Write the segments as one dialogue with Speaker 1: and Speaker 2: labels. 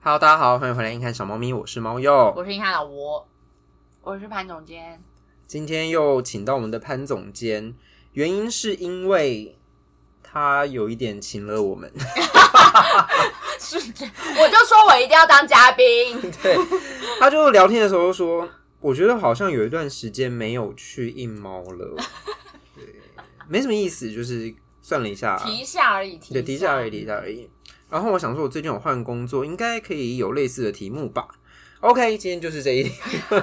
Speaker 1: Hello，大家好，欢迎回来，硬看小猫咪，我是猫鼬。
Speaker 2: 我是硬汉老吴，我是潘总监。
Speaker 1: 今天又请到我们的潘总监，原因是因为他有一点请了我们，
Speaker 2: 是的，我就说我一定要当嘉宾。
Speaker 1: 对，他就聊天的时候说，我觉得好像有一段时间没有去印猫 了，对，没什么意思，就是算了一下，
Speaker 2: 提一下而已，
Speaker 1: 对，
Speaker 2: 提
Speaker 1: 提
Speaker 2: 一
Speaker 1: 一下而已，提一下而已。然后我想说，我最近有换工作，应该可以有类似的题目吧？OK，今天就是这一题，
Speaker 2: 是因为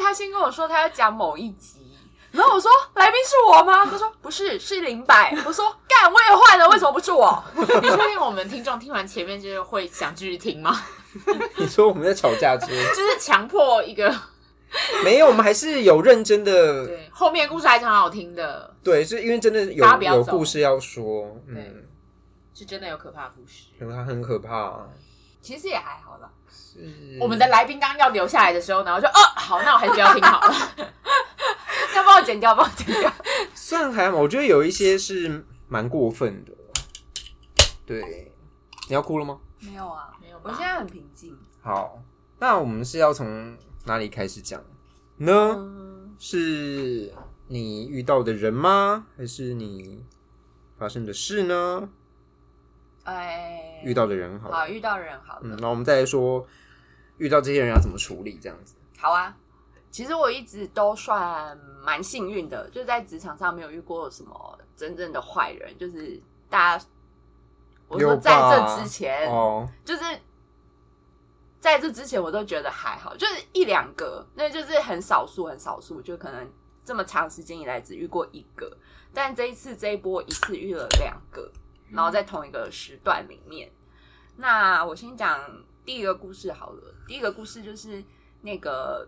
Speaker 2: 他先跟我说他要讲某一 集，然后我说来宾是我吗？他说不是，是林柏。我说干，我也换了，为什么不是我？你确定我们听众听完前面就是会想继续听 吗？
Speaker 1: 你说我们在吵架之类的，
Speaker 2: 就是强迫一个
Speaker 1: 没有，我们还是有认真的
Speaker 2: 对后面故事还是很好听的，
Speaker 1: 对，是因为真的有
Speaker 2: 大家不要
Speaker 1: 有
Speaker 2: 走
Speaker 1: 故事要说，
Speaker 2: 对
Speaker 1: 嗯，
Speaker 2: 是真的有可怕的故事。
Speaker 1: 很很可怕。
Speaker 2: 其实也还好啦。
Speaker 1: 是
Speaker 2: 我们的来宾刚要留下来的时候，然后就哦，好，那我还是不要听好了。 要帮我剪掉，帮我剪掉。
Speaker 1: 算还好，我觉得有一些是蛮过分的。对，你要哭了吗？
Speaker 3: 没有啊，
Speaker 2: 没有吧
Speaker 3: 我现在很平静。
Speaker 1: 好，那我们是要从哪里开始讲呢？
Speaker 2: 嗯，
Speaker 1: 是你遇到的人吗？还是你发生的事呢？
Speaker 3: 哎，
Speaker 1: 遇到的人好了，
Speaker 3: 好遇到人好
Speaker 1: 嗯，
Speaker 3: 了，
Speaker 1: 那我们再来说遇到这些人要怎么处理，这样子。
Speaker 3: 好啊。其实我一直都算蛮幸运的，就在职场上没有遇过什么真正的坏人，就是大家。我
Speaker 1: 有
Speaker 3: 说
Speaker 1: 吧
Speaker 3: 在这之
Speaker 2: 哎
Speaker 3: 前，
Speaker 1: 哦，
Speaker 3: 就是在这之前，我都觉得还好，就是一两个，那就是很少数，很少数，就可能这么长时间以来只遇过一个，但这一次这一波一次遇了两个，然后在同一个时段里面。那我先讲第一个故事好了，第一个故事就是那个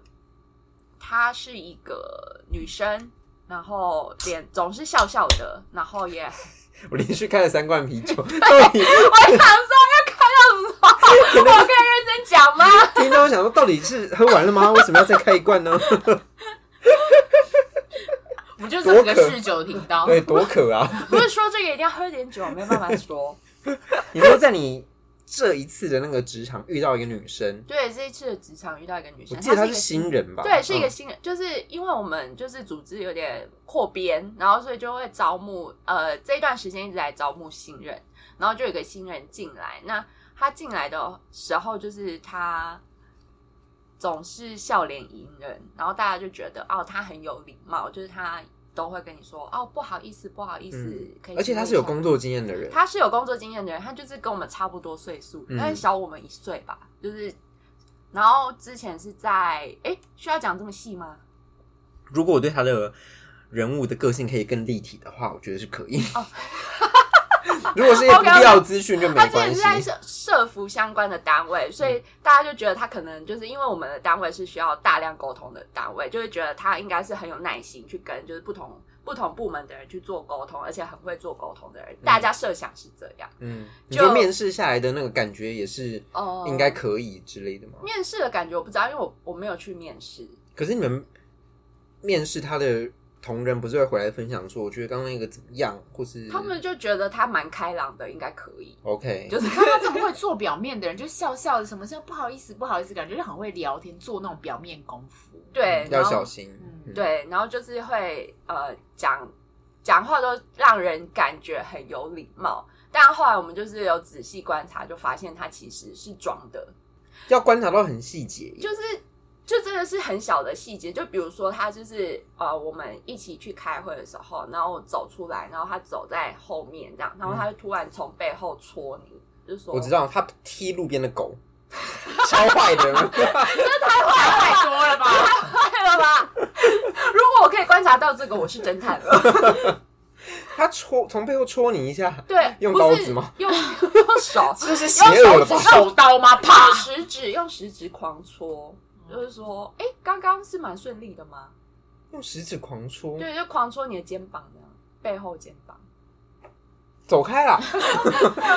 Speaker 3: 她是一个女生，然后脸总是笑笑的，然后也
Speaker 1: 我连续开了三罐啤 酒，到底
Speaker 3: 我想说要开到什么？我可以认真讲吗？
Speaker 1: 听到我想说，到底是喝完了吗？为什么要再开一罐 呢？
Speaker 2: 我们就是整个嗜酒频道，
Speaker 1: 对，多渴啊！
Speaker 3: 不是说这个一定要喝点酒，没办法说。
Speaker 1: 你说在你这一次的那个职场遇到一个女生，
Speaker 3: 对，这一次的职场遇到一个女
Speaker 1: 我
Speaker 3: 生，
Speaker 1: 记得她
Speaker 3: 一
Speaker 1: 是
Speaker 3: 个
Speaker 1: 新人吧？
Speaker 3: 对，是一个
Speaker 1: 嗯
Speaker 3: 新人，就是因为我们就是组织有点扩编，然后所以就会招募，呃，这一段时间一直来招募新人，然后就有一个新人进来，那他进来的时候就是他总是笑脸迎人，然后大家就觉得哦，他很有礼貌，就是他都会跟你说哦，不好意思，不好意思，可以，
Speaker 1: 嗯而且她是有工。作经验的人，
Speaker 3: 他是有工作经验的人，他就是跟我们差不多岁数，
Speaker 1: 嗯
Speaker 3: 但是小我们一岁吧，就是。然后之前是在哎，需要讲这么细吗？
Speaker 1: 如果我对她的人物的个性可以更立体的话，我觉得是可以。
Speaker 3: 哦
Speaker 1: 如果是一些不
Speaker 3: OK，OK
Speaker 1: 必要资讯就没
Speaker 3: 他之
Speaker 1: 关
Speaker 3: 前是在
Speaker 1: 系。
Speaker 3: 社社服相关的单位，所以大家就觉得他可能就是因为我们的单位是需要大量沟通的单位，就会觉得他应该是很有耐心去跟就是不同不同部门的人去做沟通，而且很会做沟通的人，大家设想是这样。
Speaker 1: 嗯，你
Speaker 3: 就
Speaker 1: 说面试下来的那个感觉也是
Speaker 3: 哦
Speaker 1: 应该可以之类的吗？
Speaker 3: 面试的感觉我不知道，因为我我没有去面试。
Speaker 1: 可是你们面试他的同仁不是会回来分享说，我觉得刚刚那个怎么样，或是
Speaker 3: 他们就觉得他蛮开朗的，应该可以。
Speaker 1: OK
Speaker 3: 就是
Speaker 2: 看到这么会做表面的人，就笑笑的，什么叫不好意思，不好意思，感觉就很会聊天，做那种表面功夫。
Speaker 3: 对，
Speaker 1: 要
Speaker 3: 然后
Speaker 1: 小心。嗯，
Speaker 3: 对，然后就是会呃讲讲话都让人感觉很有礼貌，但后来我们就是有仔细观察，就发现他其实是装的，
Speaker 1: 要观察到很细节。
Speaker 3: 就是就真的是很小的细节，就比如说他就是呃我们一起去开会的时候，然后我走出来，然后他走在后面这样，然后他就突然从背后戳你，就说
Speaker 1: 嗯我知道他踢路边的狗， 超坏的 人。
Speaker 2: 太多了吧？
Speaker 3: 对了吧？ 如果我可以观察到这个，我是侦探了。
Speaker 1: 他戳从背后戳你一下，
Speaker 3: 对，
Speaker 1: 用
Speaker 3: 不
Speaker 1: 刀
Speaker 3: 是
Speaker 1: 子吗？
Speaker 3: 用 用手。
Speaker 1: 这是邪恶了吧？
Speaker 2: 手刀吗？啪！
Speaker 3: 用食指用食指狂戳，就是说，哎、刚刚是蛮顺利的吗？
Speaker 1: 用食指狂戳，
Speaker 3: 对，就狂戳你的肩膀这样，背后肩膀。
Speaker 1: 走 开啦！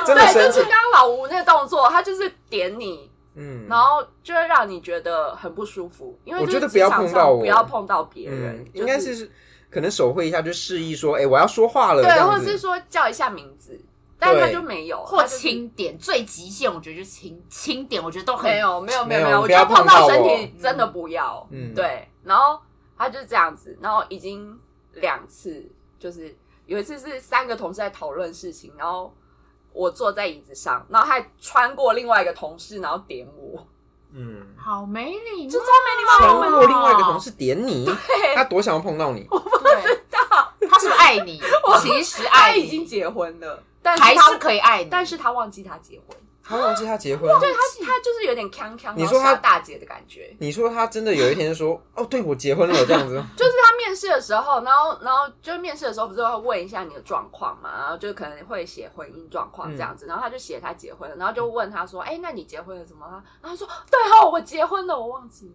Speaker 1: 真的
Speaker 3: 对，
Speaker 1: 生
Speaker 3: 就是
Speaker 1: 气。
Speaker 3: 刚刚老吴那个动作，他就是点你，
Speaker 1: 嗯，
Speaker 3: 然后就会让你觉得很不舒服，因为
Speaker 1: 我
Speaker 3: 就
Speaker 1: 觉
Speaker 3: 是
Speaker 1: 得不要
Speaker 3: 职场
Speaker 1: 碰
Speaker 3: 上
Speaker 1: 到我
Speaker 3: 不要碰到别人，
Speaker 1: 嗯，
Speaker 3: 就
Speaker 1: 应该是可能手绘一下就示意说，哎，我要说话了。这
Speaker 3: 对，
Speaker 1: 样
Speaker 3: 或
Speaker 1: 子
Speaker 3: 者是说叫一下名字，但是他
Speaker 1: 对
Speaker 3: 就没有，
Speaker 2: 或
Speaker 3: 他就是
Speaker 2: 轻点，最极限我觉得就是轻轻点，我觉得都很
Speaker 3: 没有没有没
Speaker 1: 没有
Speaker 3: 有没有，我
Speaker 1: 不
Speaker 3: 觉
Speaker 1: 要
Speaker 3: 得碰
Speaker 1: 碰到
Speaker 3: 到
Speaker 1: 我
Speaker 3: 身体真的不要，
Speaker 1: 嗯
Speaker 3: 对。然后他就这样子，然后已经两次，就是有一次是三个同事在讨论事情，然后我坐在椅子上，然后他还穿过另外一个同事，然后点我，
Speaker 1: 嗯，
Speaker 2: 好没礼貌，
Speaker 3: 就超没礼貌
Speaker 1: 全
Speaker 3: 的。我们
Speaker 1: 过另外一个同事 点你，他多想要碰到你，
Speaker 2: 对，他是不是爱你？其实
Speaker 3: 他
Speaker 2: 爱你
Speaker 3: 已经结婚了，但
Speaker 2: 还
Speaker 3: 他
Speaker 2: 是可以爱你，
Speaker 3: 但是他忘记他结婚，
Speaker 1: 他忘记他结婚。
Speaker 3: 对他他就是有点康康，
Speaker 1: 你
Speaker 3: 然后
Speaker 1: 说他
Speaker 3: 傻大姐的感觉。
Speaker 1: 你说他真的有一天说，哦，对我结婚了这 样子，
Speaker 3: 就是他面试的时候，然后然后就是面试的时候不是会问一下你的状况嘛，然后就可能会写婚姻状况这样子，然后他就写他结婚了，然后就问他说，哎、那你结婚了什么？然后他说，对哦，我结婚了，我忘记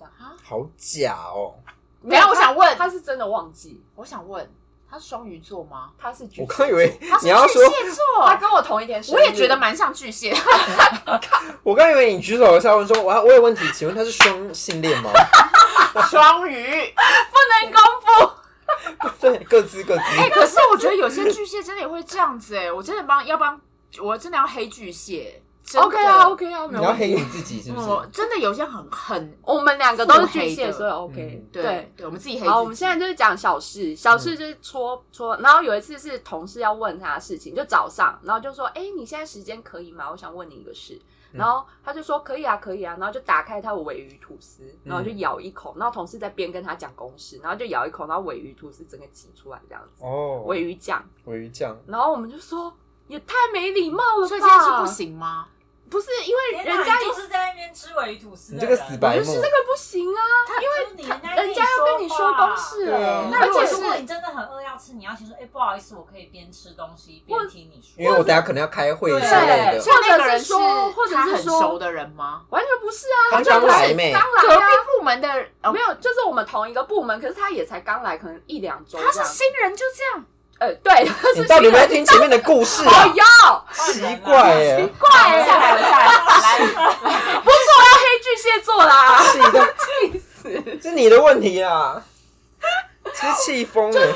Speaker 3: 了。
Speaker 1: 好假哦！
Speaker 2: 等一下我想问
Speaker 3: 他是真的忘记，
Speaker 2: 我想问，他是双鱼座吗？
Speaker 3: 他是巨
Speaker 1: 我
Speaker 3: 蟹
Speaker 1: 刚以为
Speaker 2: 他是
Speaker 1: 你要
Speaker 2: 巨
Speaker 1: 说，
Speaker 2: 蟹
Speaker 3: 他
Speaker 2: 座，
Speaker 3: 跟我同一天生日，
Speaker 2: 我也觉得蛮像巨蟹。
Speaker 1: 我刚以为你举手的下问说，我要我有问题，请问他是双性恋吗？
Speaker 2: 双鱼，
Speaker 3: 不能公布。
Speaker 1: 对，各自各自。
Speaker 2: 哎， 可是我觉得有些巨蟹真的也会这样子哎，我真的帮要帮，我真的要黑巨蟹。真的嗯
Speaker 3: OK 啊，OK 啊，没
Speaker 1: 你要
Speaker 3: 问题。
Speaker 1: 黑你自己是不
Speaker 2: 我
Speaker 1: 是？
Speaker 2: 真的有些很很
Speaker 3: 我们两个都是巨
Speaker 2: 腹黑
Speaker 3: 蟹，
Speaker 2: 的
Speaker 3: 所以 OK、
Speaker 1: 嗯
Speaker 2: 对对，我们自己黑自己。
Speaker 3: 好，我们现在就是讲小事，小事就是戳、戳。然后有一次是同事要问他的事情，就早上，然后就说：“哎、你现在时间可以吗？我想问你一个事。”
Speaker 1: 嗯
Speaker 3: 然后他就说：“可以啊，可以啊。”然后就打开他的尾鱼吐司，然后就
Speaker 1: 嗯
Speaker 3: 咬一口。然后同事在边跟他讲公事，然后就咬一口，然后尾鱼吐司整个挤出来这样子，
Speaker 1: 哦，
Speaker 3: 尾鱼酱。
Speaker 1: 尾鱼酱，
Speaker 3: 然后我们就说：“也太没礼貌了吧！”
Speaker 2: 所以现在是不，行吗？
Speaker 3: 不是因为
Speaker 4: 天
Speaker 3: 人
Speaker 4: 哪
Speaker 3: 家
Speaker 4: 你
Speaker 3: 也
Speaker 4: 就是在那边吃尾鱼吐司
Speaker 1: 你
Speaker 4: 的
Speaker 1: 这
Speaker 4: 人，
Speaker 1: 个死白
Speaker 3: 就
Speaker 1: 目
Speaker 3: 是这！个不行啊，
Speaker 4: 因为人家
Speaker 3: 人家要跟你说公事
Speaker 1: 对啊
Speaker 3: 了，
Speaker 4: 那
Speaker 3: 而
Speaker 4: 如果
Speaker 3: 且
Speaker 4: 如
Speaker 3: 是
Speaker 4: 果你真的很饿要吃，你要先说，哎、不好意思，我可以边吃东西
Speaker 3: 或
Speaker 4: 边听你说。
Speaker 1: 因为我等下可能要开会之类
Speaker 3: 对
Speaker 1: 的
Speaker 2: 所。以那个
Speaker 3: 或
Speaker 2: 人
Speaker 3: 者是说或者是
Speaker 2: 他很
Speaker 3: 说
Speaker 2: 熟的人吗？
Speaker 3: 完全不是啊，
Speaker 1: 他
Speaker 3: 完全
Speaker 1: 刚
Speaker 3: 不是
Speaker 1: 来妹
Speaker 3: 当
Speaker 2: 隔
Speaker 3: 然
Speaker 2: 壁
Speaker 3: 啊。
Speaker 2: 部门的哦
Speaker 3: 没有，就是我们同一个部门，可是他也才刚来，可能一两周
Speaker 2: 他
Speaker 3: 这
Speaker 2: 是
Speaker 3: 样。
Speaker 2: 新人就这样，
Speaker 3: 呃，对，哎他 是
Speaker 1: 你到底有没有听前面的故事
Speaker 3: 哦
Speaker 1: 啊？
Speaker 3: 哟，
Speaker 1: 奇怪耶，
Speaker 3: 怪欸
Speaker 2: 下来了，下来了，来，
Speaker 3: 不是我要黑巨蟹座啦，
Speaker 1: 气的，
Speaker 3: 气死！因为
Speaker 1: 是你的问题啊！真是气疯了。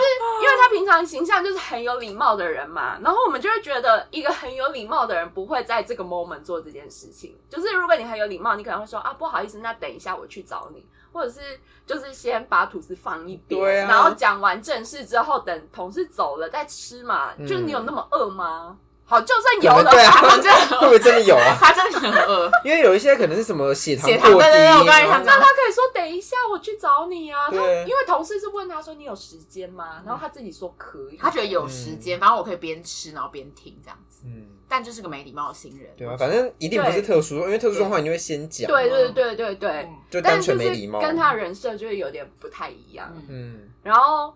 Speaker 3: 他平常形象就是很有礼貌的人嘛，然后我们就会觉得一个很有礼貌的人不会在这个 moment 做这件事情。就是如果你很有礼貌，你可能会说啊不好意思，那等一下我去找你，或者是就是先把吐司放一边，
Speaker 1: 对啊
Speaker 3: 然后讲完正事之后，等同事走了再吃嘛。
Speaker 1: 嗯
Speaker 3: 就是你有那么饿吗？好，就算
Speaker 1: 可
Speaker 3: 有
Speaker 1: 能
Speaker 3: 的
Speaker 1: 对啊，
Speaker 3: 话，
Speaker 1: 会不会真的有啊？
Speaker 2: 他真的很饿，
Speaker 1: 因为有一些可能是什么血糖
Speaker 2: 血糖
Speaker 1: 过低，啊
Speaker 2: 对对对我刚才想
Speaker 3: 那
Speaker 2: 讲
Speaker 3: 他可以说等一下我去找你啊。他
Speaker 1: 对
Speaker 3: 因为同事是问他说你有时间吗？然后他自己说可以。
Speaker 2: 他觉得有时间，反正我可以边吃然后边听这样子，
Speaker 1: 嗯，
Speaker 2: 但就是个没礼貌的新人。
Speaker 1: 对啊，反正一定不是特殊，因为特殊状况你就会先讲，
Speaker 3: 对对对对对
Speaker 2: 嗯
Speaker 1: 就
Speaker 3: 对，
Speaker 1: 单
Speaker 3: 但就
Speaker 1: 纯
Speaker 3: 是
Speaker 1: 没礼貌。
Speaker 3: 跟他人设就是有点不太一样。
Speaker 2: 嗯
Speaker 1: 嗯，
Speaker 3: 然后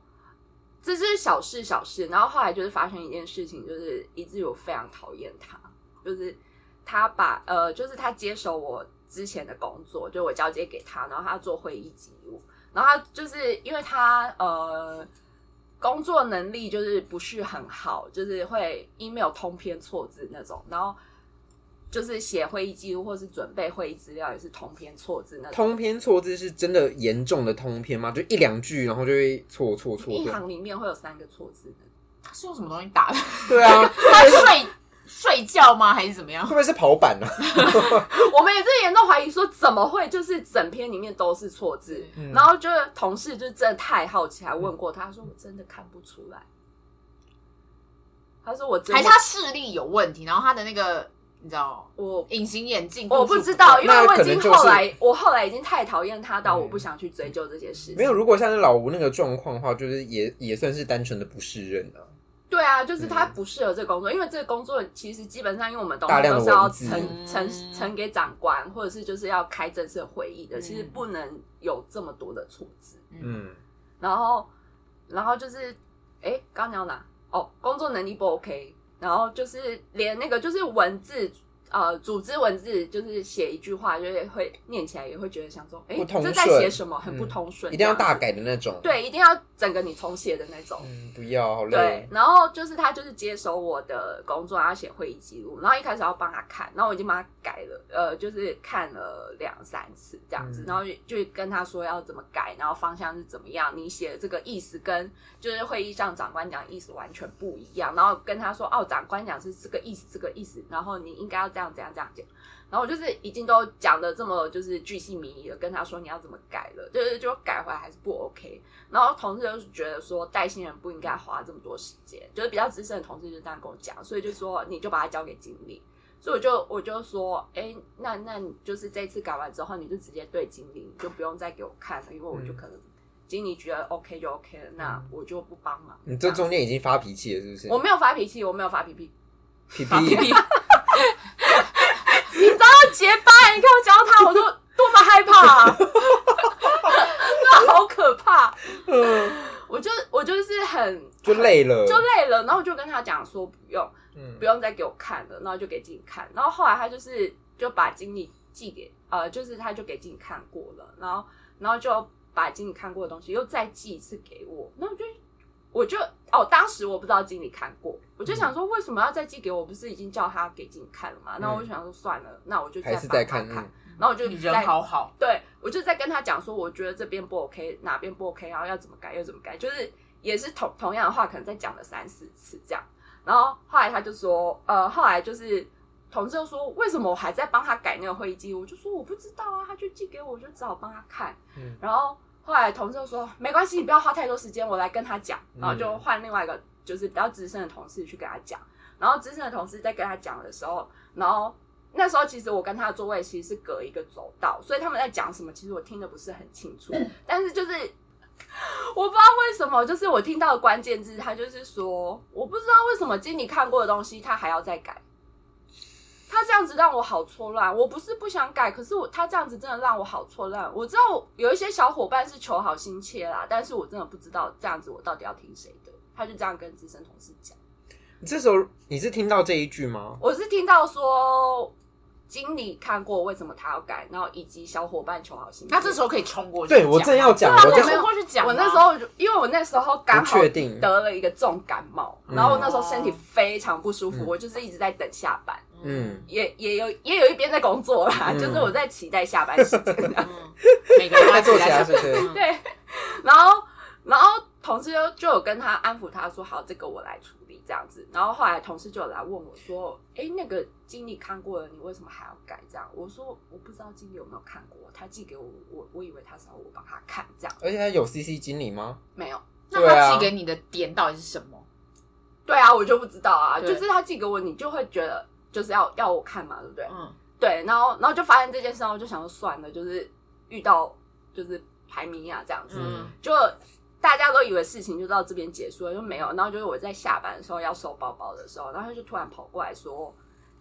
Speaker 3: 这是小事小事，然后后来就是发生一件事情，就是以至于我非常讨厌他，就是他把呃，就是他接手我之前的工作，就我交接给他，然后他做会议记录，然后他就是因为他呃。工作能力就是不是很好，就是会 email 通篇错字那种，然后就是写会议记录或是准备会议资料也是通篇错字那种，
Speaker 1: 通篇错字是真的严重的通篇吗？就一两句，然后就会错错错
Speaker 3: 一
Speaker 1: 错。
Speaker 3: 行里面会有三个错字那种
Speaker 2: 他是用什么东西打 的？
Speaker 1: 对啊，
Speaker 2: 他睡睡觉吗？还是怎么 样
Speaker 1: 会？不会是跑板啊？
Speaker 3: 我们也是严重怀疑说，怎么会就是整篇里面都是错字？
Speaker 1: 嗯
Speaker 3: 然后就是同事就真的太好奇，还问过他，他说我真的看不出来。他说我真
Speaker 2: 还
Speaker 3: 的
Speaker 2: 是他视力有问题？然后他的那个你知道
Speaker 3: 我
Speaker 2: 隐形眼镜度数
Speaker 3: 我
Speaker 2: 够，
Speaker 3: 不知道，因
Speaker 1: 那
Speaker 3: 为我已
Speaker 1: 可能
Speaker 3: 经
Speaker 1: 就是
Speaker 3: 后来我后来已经太讨厌他到
Speaker 1: 嗯
Speaker 3: 我不想去追究这些事情。
Speaker 1: 没有，如果像是老吴那个状况的话，就是也也算是单纯的不适任啊。
Speaker 3: 对啊，就是他不适合这个工作，因为这个工作其实基本上，因为我们东
Speaker 1: 嗯大
Speaker 3: 西
Speaker 1: 量的
Speaker 3: 都是要
Speaker 1: 文字
Speaker 3: 呈呈
Speaker 2: 嗯
Speaker 3: 呈给长官，或者是就是要开正式的会议的，
Speaker 2: 嗯
Speaker 3: 其实不能有这么多的错字。
Speaker 1: 嗯，
Speaker 3: 然后，然后就是，哎，刚刚讲到哪？哦，工作能力不 OK，然后就是连那个就是文字呃组织文字，就是写一句话，就是会念起来也会觉得想说，哎、
Speaker 1: 不通
Speaker 3: 这
Speaker 1: 顺
Speaker 3: 在写什么，很
Speaker 1: 嗯
Speaker 3: 不通顺、
Speaker 1: 一定要
Speaker 3: 这样
Speaker 1: 大
Speaker 3: 子
Speaker 1: 改的那种。，
Speaker 3: 对，一定要整个你重写的那种。
Speaker 1: 嗯，不要，好
Speaker 3: 对
Speaker 1: 累，。
Speaker 3: 然后就是他就是接手我的工作，然后写会议记录，然后一开始要帮他看，然后我已经帮他改了，呃，就是看了两三次这样子，
Speaker 1: 嗯
Speaker 3: 然后就就跟他说要怎么改，然后方向是怎么样，你写的这个意思跟就是会议上长官讲的意思完全不一样，然后跟他说哦，长官讲是这个意思，这个意思，然后你应该要这样这样这样讲。然后我就是已经都讲的这么就是巨细靡遗了，跟他说你要怎么改了，就是就改回来还是不 OK。然后同事就是觉得说带新人不应该花这么多时间，就是比较资深的同事就这样跟我讲，所以就说你就把它交给经理。所以我就我就说，哎、那那你就是这次改完之后，你就直接对经理，你就不用再给我看了，因为我就
Speaker 1: 嗯
Speaker 3: 可能经理觉得 OK 就 OK 了，那我就不帮忙。
Speaker 1: 你这
Speaker 3: 样
Speaker 1: 中间已经发脾气了，是不是？
Speaker 3: 我没有发脾气，我没有发脾气，
Speaker 1: 屁屁，
Speaker 3: 你知道结巴，你看我讲到他，我都多么害怕、啊， 那好可怕。我就我就是很
Speaker 1: 就累了，
Speaker 3: 就累了，然后我就跟他讲说不用
Speaker 1: 嗯
Speaker 3: 不用再给我看了，然后就给经理看，然后后来他就是就把经理寄给呃，就是他就给经理看过了，然后然后就把经理看过的东西又再寄一次给我，那我就我就哦，当时我不知道经理看过，我就想说为什么要再寄给我？我不是已经叫他给经理看了嘛？那我就想说算了，那我就
Speaker 1: 还是
Speaker 3: 再
Speaker 1: 在
Speaker 3: 帮
Speaker 1: 看
Speaker 3: 他
Speaker 1: 嗯
Speaker 3: 看，然后我就
Speaker 2: 你
Speaker 3: 再
Speaker 2: 人好好，
Speaker 3: 对我就在跟他讲说，我觉得这边不 OK，哪边不 OK，然后要怎么改，要怎么改，就是也是同同样的话，可能再讲了三四次这样。然后后来他就说，呃，后来就是同事就说，为什么我还在帮他改那个会议记录？我就说我不知道啊，他就寄给我，我就只好帮他看。
Speaker 1: 嗯
Speaker 3: 然后后来同事就说，没关系，你不要花太多时间，我来跟他讲。然后就换另外一个就是比较资深的同事去跟他讲。然后资深的同事在跟他讲的时候，然后那时候其实我跟他的座位其实是隔一个走道，所以他们在讲什么，其实我听得不是很清楚。但是就是我不知道为什么，就是我听到的关键字，他就是说，我不知道为什么经理看过的东西，他还要再改。他这样子让我好错乱，我不是不想改，可是我他这样子真的让我好错乱。我知道有一些小伙伴是求好心切啦，但是我真的不知道这样子我到底要听谁的。他就这样跟资深同事讲。
Speaker 1: 你这时候你是听到这一句吗？
Speaker 3: 我是听到说经理看过为什么他要改，然后以及小伙伴求好心。
Speaker 2: 他这时候可以冲过去讲
Speaker 1: 对
Speaker 2: 吗。
Speaker 1: 我正要讲，
Speaker 2: 对啊，
Speaker 1: 我
Speaker 2: 我
Speaker 1: 就
Speaker 3: 没
Speaker 2: 冲
Speaker 3: 有
Speaker 2: 过去讲啊。
Speaker 3: 我那时候就因为我那时候刚好
Speaker 1: 不确定
Speaker 3: 得了一个重感冒，
Speaker 1: 嗯
Speaker 3: 然后我那时候身体非常不舒服，
Speaker 1: 嗯
Speaker 3: 我就是一直在等下班，
Speaker 1: 嗯，
Speaker 3: 也也有也有一边在工作啦，
Speaker 1: 嗯
Speaker 3: 就是我在期待下班时间。
Speaker 2: 嗯，每个人
Speaker 1: 他
Speaker 2: 都
Speaker 1: 坐起来
Speaker 2: 在
Speaker 1: 是不是？
Speaker 3: 对，然后然后同事就就有跟他安抚他说，好，这个我来处理这样子。然后后来同事就有来问我说，哎，那个经理看过了，你为什么还要改？这样我说我不知道经理有没有看过，他寄给我，我我以为他是要我帮他看，这样
Speaker 1: 而且他有 CC 经理吗？
Speaker 3: 没有。
Speaker 2: 那
Speaker 1: 对啊
Speaker 2: 他寄给你的点到底是什么？
Speaker 3: 对啊，我就不知道啊，
Speaker 2: 对
Speaker 3: 就是他寄给我，你就会觉得就是要要我看嘛，对不对？
Speaker 2: 嗯，
Speaker 3: 对，然后然后就发现这件事，然后我就想说算了，就是遇到就是排名啊这样子，
Speaker 2: 嗯
Speaker 3: 就大家都以为事情就到这边结束了，就没有。然后就是我在下班的时候要收包包的时候，然后他就突然跑过来说：“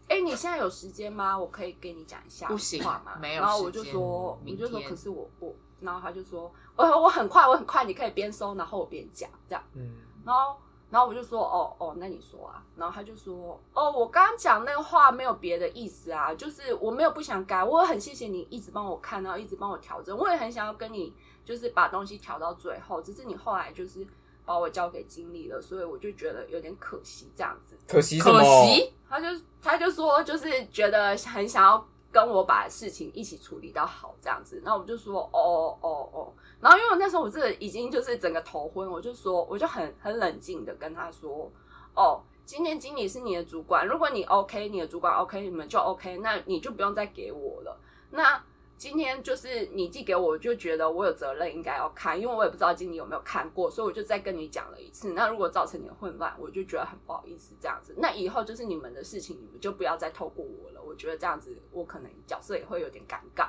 Speaker 3: 哎、你现在有时间吗？我可以给你讲一下
Speaker 2: 不行
Speaker 3: 话吗？”
Speaker 2: 没有
Speaker 3: 然后我就
Speaker 2: 时间
Speaker 3: 说：“我
Speaker 2: 明
Speaker 3: 就说
Speaker 2: 天
Speaker 3: 可是我我。”然后他就说：“我我很快，我很快，你可以边收，然后我边讲这样。”
Speaker 1: 嗯，
Speaker 3: 然后然后我就说哦哦，那你说啊。然后他就说哦，我刚刚讲那个话没有别的意思啊，就是我没有不想改，我很谢谢你一直帮我看，然后一直帮我调整，我也很想要跟你就是把东西调到最后，只是你后来就是把我交给经理了，所以我就觉得有点可惜这样子。
Speaker 1: 可惜什
Speaker 2: 可
Speaker 1: 么？
Speaker 2: 惜
Speaker 3: 他就他就说，就是觉得很想要跟我把事情一起处理到好这样子。然后我就说，哦哦哦。然后因为我那时候我真的已经就是整个头昏，我就说，我就很很冷静的跟他说，哦，今天经理是你的主管，如果你 OK，你的主管 OK，你们就 OK，那你就不用再给我了。那今天就是你寄给我，我就觉得我有责任应该要看，因为我也不知道经理有没有看过，所以我就再跟你讲了一次。那如果造成你的混乱，我就觉得很不好意思这样子。那以后就是你们的事情，你们就不要再透过我了。我觉得这样子，我可能角色也会有点尴尬。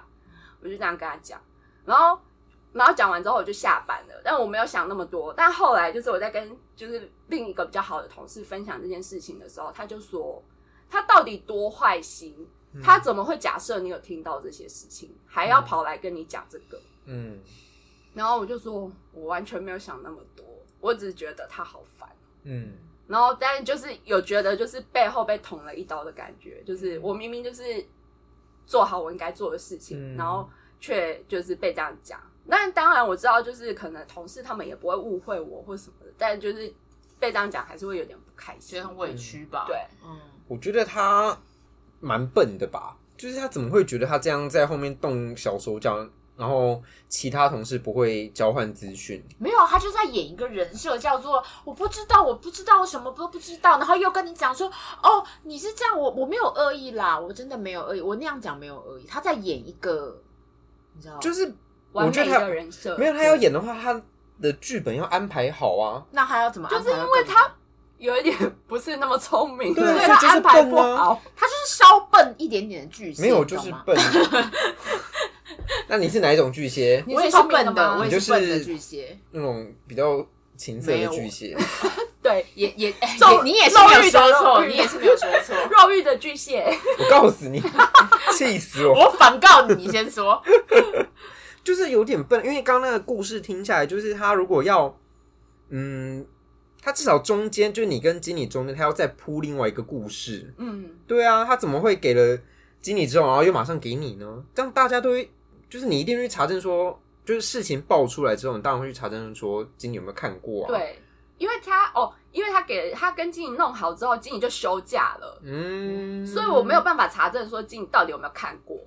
Speaker 3: 我就这样跟他讲，然后然后讲完之后我就下班了，但我没有想那么多。但后来就是我在跟就是另一个比较好的同事分享这件事情的时候，他就说他到底多坏心，
Speaker 1: 嗯
Speaker 3: 他怎么会假设你有听到这些事情，还要
Speaker 1: 嗯
Speaker 3: 跑来跟你讲这个？
Speaker 1: 嗯
Speaker 3: 然后我就说，我完全没有想那么多，我只是觉得他好烦。
Speaker 1: 嗯，
Speaker 3: 然后但就是有觉得就是背后被捅了一刀的感觉，
Speaker 1: 嗯
Speaker 3: 就是我明明就是做好我应该做的事情，
Speaker 1: 嗯
Speaker 3: 然后却就是被这样讲。但当然我知道，就是可能同事他们也不会误会我或什么的，但就是被这样讲还是会有点不开
Speaker 2: 觉
Speaker 3: 心
Speaker 2: 得。很委屈吧？
Speaker 3: 对，
Speaker 2: 嗯，
Speaker 1: 我觉得他蛮笨的吧，就是他怎么会觉得他这样在后面动小手脚，然后其他同事不会交换资讯？
Speaker 2: 没有，啊他就在演一个人设，叫做我不知道，我不知道，我什么都不知道，然后又跟你讲说，哦，你是这样，我我没有恶意啦，我真的没有恶意，我那样讲没有恶意，他在演一个，你知道，
Speaker 1: 就是我
Speaker 3: 完
Speaker 1: 觉
Speaker 3: 美
Speaker 1: 得
Speaker 3: 的
Speaker 1: 他
Speaker 3: 人设
Speaker 1: 没有他要演的话，他的剧本要安排好啊。
Speaker 2: 那他要怎么安
Speaker 3: 就是
Speaker 2: 排到
Speaker 3: 因
Speaker 2: 更好？
Speaker 3: 为他有一点不是那么聪明，
Speaker 1: 对
Speaker 3: 所以
Speaker 1: 他
Speaker 3: 他
Speaker 1: 就是
Speaker 3: 安排
Speaker 1: 笨
Speaker 3: 不
Speaker 1: 啊
Speaker 3: 好。
Speaker 2: 他就是稍笨一点点的巨蟹，
Speaker 1: 没有，
Speaker 2: 你
Speaker 1: 就
Speaker 2: 懂
Speaker 1: 是
Speaker 2: 吗
Speaker 1: 笨。那你是哪一种巨蟹？
Speaker 3: 你
Speaker 2: 我也
Speaker 3: 是
Speaker 2: 是
Speaker 3: 聪明
Speaker 2: 笨
Speaker 3: 的吗
Speaker 2: 的，我也
Speaker 1: 你就是
Speaker 2: 笨的
Speaker 1: 是
Speaker 2: 巨蟹，
Speaker 1: 那种比较情色
Speaker 2: 没
Speaker 1: 的
Speaker 2: 有
Speaker 1: 巨蟹，
Speaker 3: 对，
Speaker 2: 也也哎
Speaker 3: 肉
Speaker 2: 你你也是没
Speaker 3: 肉
Speaker 2: 有说
Speaker 3: 欲的肉
Speaker 2: 错，
Speaker 3: 欲
Speaker 2: 你也是没有说错，
Speaker 3: 肉欲的巨蟹，
Speaker 1: 我告诉你，气死我！
Speaker 2: 我反告你，你先 说，
Speaker 1: 就是有点笨，因为刚刚那个故事听下来，就是他如果要，嗯，他至少中间就是你跟经理中间，他要再铺另外一个故事。
Speaker 3: 嗯，
Speaker 1: 对啊，他怎么会给了经理之后，然后又马上给你呢？这样大家都会，就是你一定会去查证说，就是事情爆出来之后，你当然会去查证说经理有没有看过啊？，
Speaker 3: 对，因为他哦，因为他给他跟经理弄好之后，经理就休假了，
Speaker 1: 嗯，
Speaker 3: 所以我没有办法查证说经理到底有没有看过。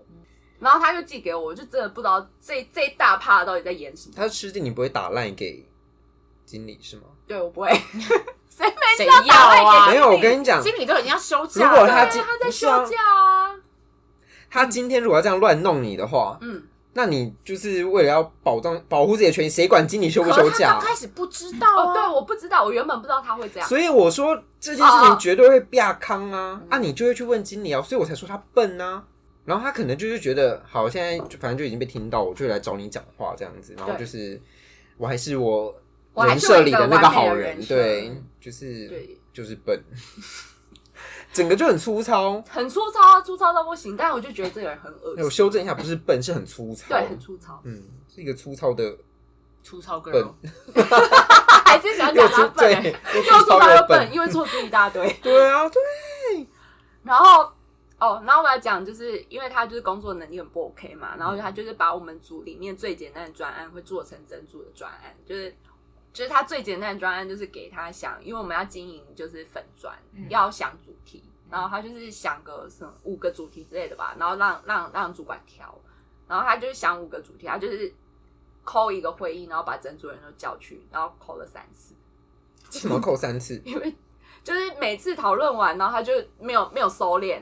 Speaker 3: 然后他就寄给我，我就真的不知道这这一大趴到底在演什么。
Speaker 1: 他是吃定你不会打烂给经理是吗？
Speaker 3: 对我不会， 谁
Speaker 2: 谁
Speaker 3: 没事
Speaker 2: 要
Speaker 3: 打赖
Speaker 2: 啊
Speaker 3: 给
Speaker 1: 没
Speaker 3: 经理？
Speaker 1: 有，我跟你讲，
Speaker 2: 经理都已经要休假
Speaker 1: 如
Speaker 2: 了，
Speaker 1: 果他
Speaker 3: 对
Speaker 1: 今
Speaker 3: 啊他在
Speaker 1: 不是
Speaker 3: 休
Speaker 1: 啊
Speaker 3: 假啊。
Speaker 1: 他今天如果要这样乱弄你的话，
Speaker 3: 嗯，
Speaker 1: 那你就是为了要保障保护自己的权益，谁管经理休不
Speaker 2: 可
Speaker 1: 休
Speaker 2: 是他
Speaker 1: 假
Speaker 2: 刚？开始不知道
Speaker 3: 哦，
Speaker 2: 啊，
Speaker 3: 对，我不知道，我原本不知道他会这样。
Speaker 1: 所以我说这件事情绝对会变康
Speaker 3: 哦
Speaker 1: 啊！啊，你就会去问经理啊，所以我才说他笨啊。然后他可能就是觉得，好，现在就反正就已经被听到，我就来找你讲话这样子。然后就是，我还是我
Speaker 3: 我还
Speaker 1: 人
Speaker 3: 是
Speaker 1: 设里那个好
Speaker 3: 我一个完美的人设嗯
Speaker 1: 对，就是
Speaker 3: 对，
Speaker 1: 就是笨， 整个就很粗糙。
Speaker 3: 很粗糙啊，粗糙到不行。但我就觉得这个人很恶
Speaker 1: 我
Speaker 3: 心，
Speaker 1: 修正一下，不是笨，是很粗糙。
Speaker 3: 对，很粗糙，
Speaker 1: 嗯，是一个粗糙的
Speaker 2: 粗糙 girl
Speaker 1: 笨。
Speaker 3: 还是 想
Speaker 1: 又
Speaker 3: 讲
Speaker 1: 粗
Speaker 3: 他
Speaker 1: 对，
Speaker 3: 笨，
Speaker 1: 又
Speaker 3: 又
Speaker 1: 粗
Speaker 3: 粗
Speaker 1: 糙
Speaker 3: 糙
Speaker 1: 又
Speaker 3: 又
Speaker 1: 笨
Speaker 3: 笨，，因为错字一大堆。
Speaker 1: 对啊，对，
Speaker 3: 然后哦，然后我要讲，就是因为他就是工作能力很不 OK 嘛，然后他就是把我们组里面最简单的专案会做成整组的专案，就是就是他最简单的专案就是给他想，因为我们要经营就是粉砖，要想主题，然后他就是想个什么五个主题之类的吧，然后让让让主管挑，然后他就是想五个主题，他就是抠一个会议，然后把整组人都叫去，然后抠了三次。
Speaker 1: 为什么扣三次？
Speaker 3: 因为就是每次讨论完，然后他就没有没有收敛，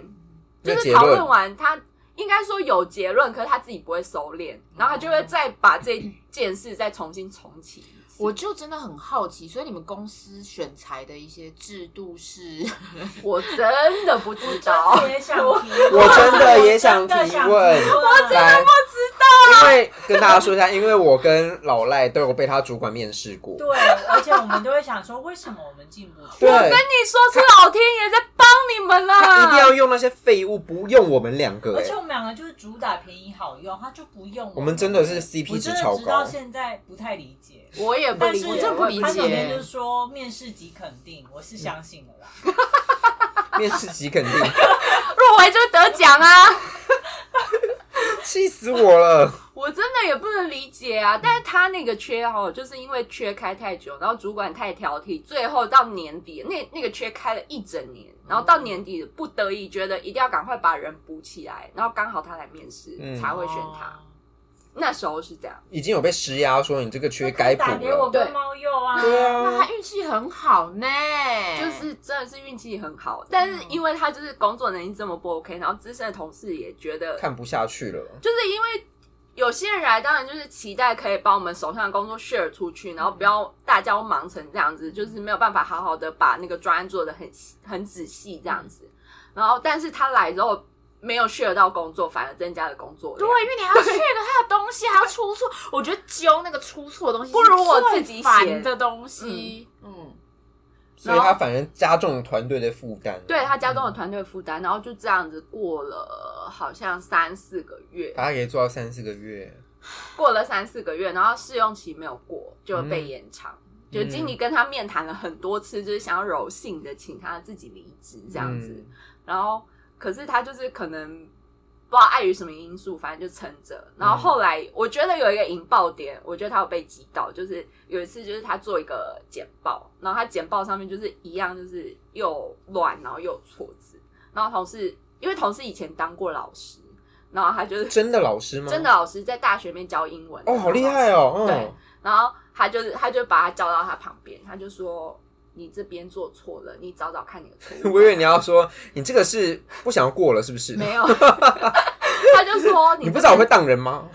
Speaker 3: 就
Speaker 1: 没有
Speaker 3: 是
Speaker 1: 结
Speaker 3: 讨
Speaker 1: 论
Speaker 3: 论完他应该说有结论，可是他自己不会收敛，然后他就会再把这件事再重新重启一次。
Speaker 2: 我就真的很好奇，所以你们公司选材的一些制度是，
Speaker 3: 我真的不知 道，
Speaker 4: 也想提，
Speaker 1: 我真的也想提问
Speaker 4: 我
Speaker 1: 来，不知道。因为跟大家说一下，因 为我跟老赖都有被他主管面试过，
Speaker 4: 对，而且我们都会想说，为什么我们进不去？
Speaker 1: 对，
Speaker 3: 跟你说是老天爷在帮你们
Speaker 1: 他一定要
Speaker 3: 啦。
Speaker 1: 用那些废物，不用我们两个、
Speaker 4: 而且
Speaker 1: 哎，
Speaker 4: 我们两个就是主打便宜好用，他就不用。
Speaker 1: 我们真的是 CP
Speaker 4: 我
Speaker 1: 值
Speaker 4: 真的
Speaker 1: 超
Speaker 4: 直到
Speaker 1: 高。
Speaker 4: 现在不太理解。
Speaker 3: 我也不
Speaker 4: 但
Speaker 3: 理
Speaker 4: 是
Speaker 3: 解，
Speaker 2: 我真的不理解
Speaker 4: 他
Speaker 3: 也
Speaker 4: 首先就
Speaker 3: 理解
Speaker 4: 是说面试即肯定，我是相信的啦。
Speaker 1: 面试级肯定，
Speaker 3: 入围就得奖啊！
Speaker 1: 气死我了！
Speaker 3: 我真的也不能理解啊，但是他那个缺哦，就是因为缺开太久，然后主管太挑剔，最后到年底那那个缺开了一整年，然后到年底不得已觉得一定要赶快把人补起来，然后刚好他来面试、
Speaker 1: 嗯
Speaker 3: 才会选
Speaker 4: 哦
Speaker 3: 他。那时候是这样，
Speaker 1: 已经有被施压说你这个缺
Speaker 4: 就
Speaker 1: 该补
Speaker 4: 打给我
Speaker 1: 了，
Speaker 4: 跟猫鼬啊，
Speaker 1: 对
Speaker 2: 那
Speaker 1: 啊
Speaker 2: 他，运气很好呢，哎
Speaker 3: 就是真的是运气很好，但是因为他就是工作能力这么不 OK，然后资深的同事也觉得
Speaker 1: 看不下去了，
Speaker 3: 就是因为有些人来，当然就是期待可以把我们手上的工作 share 出去，然后不要大家都忙成这样子，就是没有办法好好的把那个专案做的很细很仔细这样子。然后，但是他来之后没有 share 到工作，反而增加了工作量。
Speaker 2: 对，因为你还要 c 个他的东西，还要出错，我觉得揪那个出错的东西
Speaker 3: 不如我自己写
Speaker 2: 是最烦的东西。嗯，
Speaker 1: 所以他反而加重加重团队的负担。
Speaker 3: 对他加重了团队负担，然后就这样子过了好像三四个月，
Speaker 1: 大家可以做到三四个月，
Speaker 3: 过了三四个月，然后试用期没有过就被延长，就经理跟他面谈了很多次，就是想要柔性的请他自己离职这样子。
Speaker 1: 嗯
Speaker 3: 然后可是他就是可能不知道碍于什么因素，反正就撑着。然后
Speaker 1: 嗯
Speaker 3: 后来我觉得有一个引爆点，我觉得他有被击倒，就是有一次就是他做一个简报，然后他简报上面就是一样，就是又乱，然后又有错字。然后同事因为同事以前当过老师，然后他就是
Speaker 1: 嗯真的老师吗？
Speaker 3: 真的老师在大学里面教英文
Speaker 1: 哦，好厉害哦！
Speaker 3: 对
Speaker 1: 嗯，
Speaker 3: 然后他就是他就把他叫到他旁边，他就说：“你这边做错了，你找找看你的错误。”
Speaker 1: 我以为你要说你这个是不想要过了，是不是？
Speaker 3: 没有， 他就 说：“
Speaker 1: 你不
Speaker 3: 这
Speaker 1: 知道我会当人吗？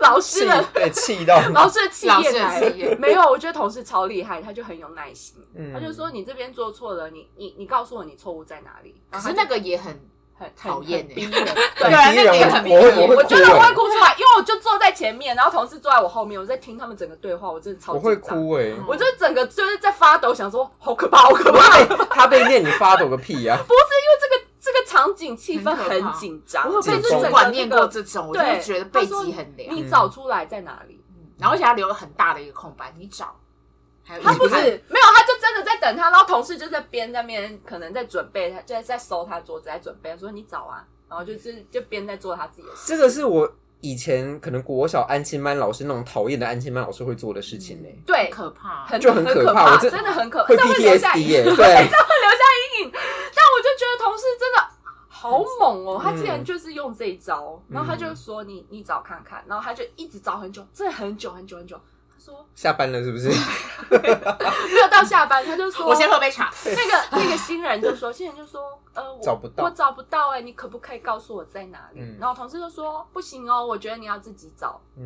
Speaker 3: 老
Speaker 1: 气
Speaker 3: 师的
Speaker 1: 被 气到，
Speaker 3: 老师的气
Speaker 2: 老师
Speaker 3: 焰
Speaker 2: 的
Speaker 3: 来
Speaker 2: 气焰
Speaker 3: 了。”没有，我觉得同事超厉害，他就很有耐心，
Speaker 1: 嗯
Speaker 3: 他就说：“你这边做错了，你你你告诉我你错误在哪里。”
Speaker 2: 可
Speaker 3: 然后
Speaker 2: 是那个也很
Speaker 3: 他就很
Speaker 2: 讨厌
Speaker 3: 很
Speaker 2: 欸
Speaker 3: 逼人。
Speaker 1: 很
Speaker 3: 对，
Speaker 2: 啊
Speaker 1: 逼
Speaker 2: 那个也
Speaker 1: 人，
Speaker 2: 很
Speaker 1: 我会
Speaker 2: 逼人
Speaker 1: 我会
Speaker 3: 我
Speaker 1: 哭
Speaker 3: 觉得我会
Speaker 1: 哎，
Speaker 3: 哭出来，因为我就坐在前面，然后同事坐在我后面，我在听他们整个对话，我真的超
Speaker 1: 我会
Speaker 3: 紧张。嗯
Speaker 1: 哭哎。
Speaker 3: 我就整个就是在发抖，想说好可怕，好可怕。
Speaker 1: 哎他被念你发抖个屁啊呀！
Speaker 3: 这个场景气氛
Speaker 2: 很可怕
Speaker 3: 很紧张，
Speaker 2: 我有被
Speaker 1: 紧
Speaker 2: 主
Speaker 1: 张
Speaker 2: 管念过
Speaker 3: 这
Speaker 2: 这种，我
Speaker 3: 个，
Speaker 2: 就
Speaker 3: 对，
Speaker 2: 觉得背
Speaker 3: 他说
Speaker 2: 脊很凉，嗯
Speaker 3: 你找出来在哪里？
Speaker 2: 然后而且他留了很大的一个空白，你找，还有
Speaker 3: 他
Speaker 2: 你
Speaker 3: 不是
Speaker 2: 看
Speaker 3: 没有，他就真的在等他，然后同事就在边那边可能在准备，他就在在收他桌子，在准备说你找啊，然后就是就边在做他自己的事。
Speaker 1: 这个是我以前可能国小安亲班老师那种讨厌的安亲班老师会做的事情呢，
Speaker 2: 很
Speaker 3: 对，
Speaker 2: 可怕，
Speaker 3: 很
Speaker 1: 就很
Speaker 3: 可
Speaker 1: 可怕我这
Speaker 3: 真的很可怕，
Speaker 1: 会
Speaker 3: 这嗯会留下
Speaker 1: PTSD
Speaker 3: 阴
Speaker 1: 耶，
Speaker 3: 影， 但
Speaker 1: 欸对，
Speaker 3: 我就觉得同事真的。好猛哦！他之
Speaker 1: 嗯
Speaker 3: 前就是用这一招，然后他就说你你找看看，然后他就一直找很久，真的很久很久很久。他 说
Speaker 1: 下班了是不是？
Speaker 3: 没有到下班，他就说
Speaker 2: 我先喝杯茶，
Speaker 3: 那个 那个新人就说，新人就说，呃，我
Speaker 1: 找不到
Speaker 3: 我找不到哎、你可不可以告诉我在哪里？
Speaker 1: 嗯
Speaker 3: 然后同事就说不行哦，我觉得你要自己找。
Speaker 1: 嗯，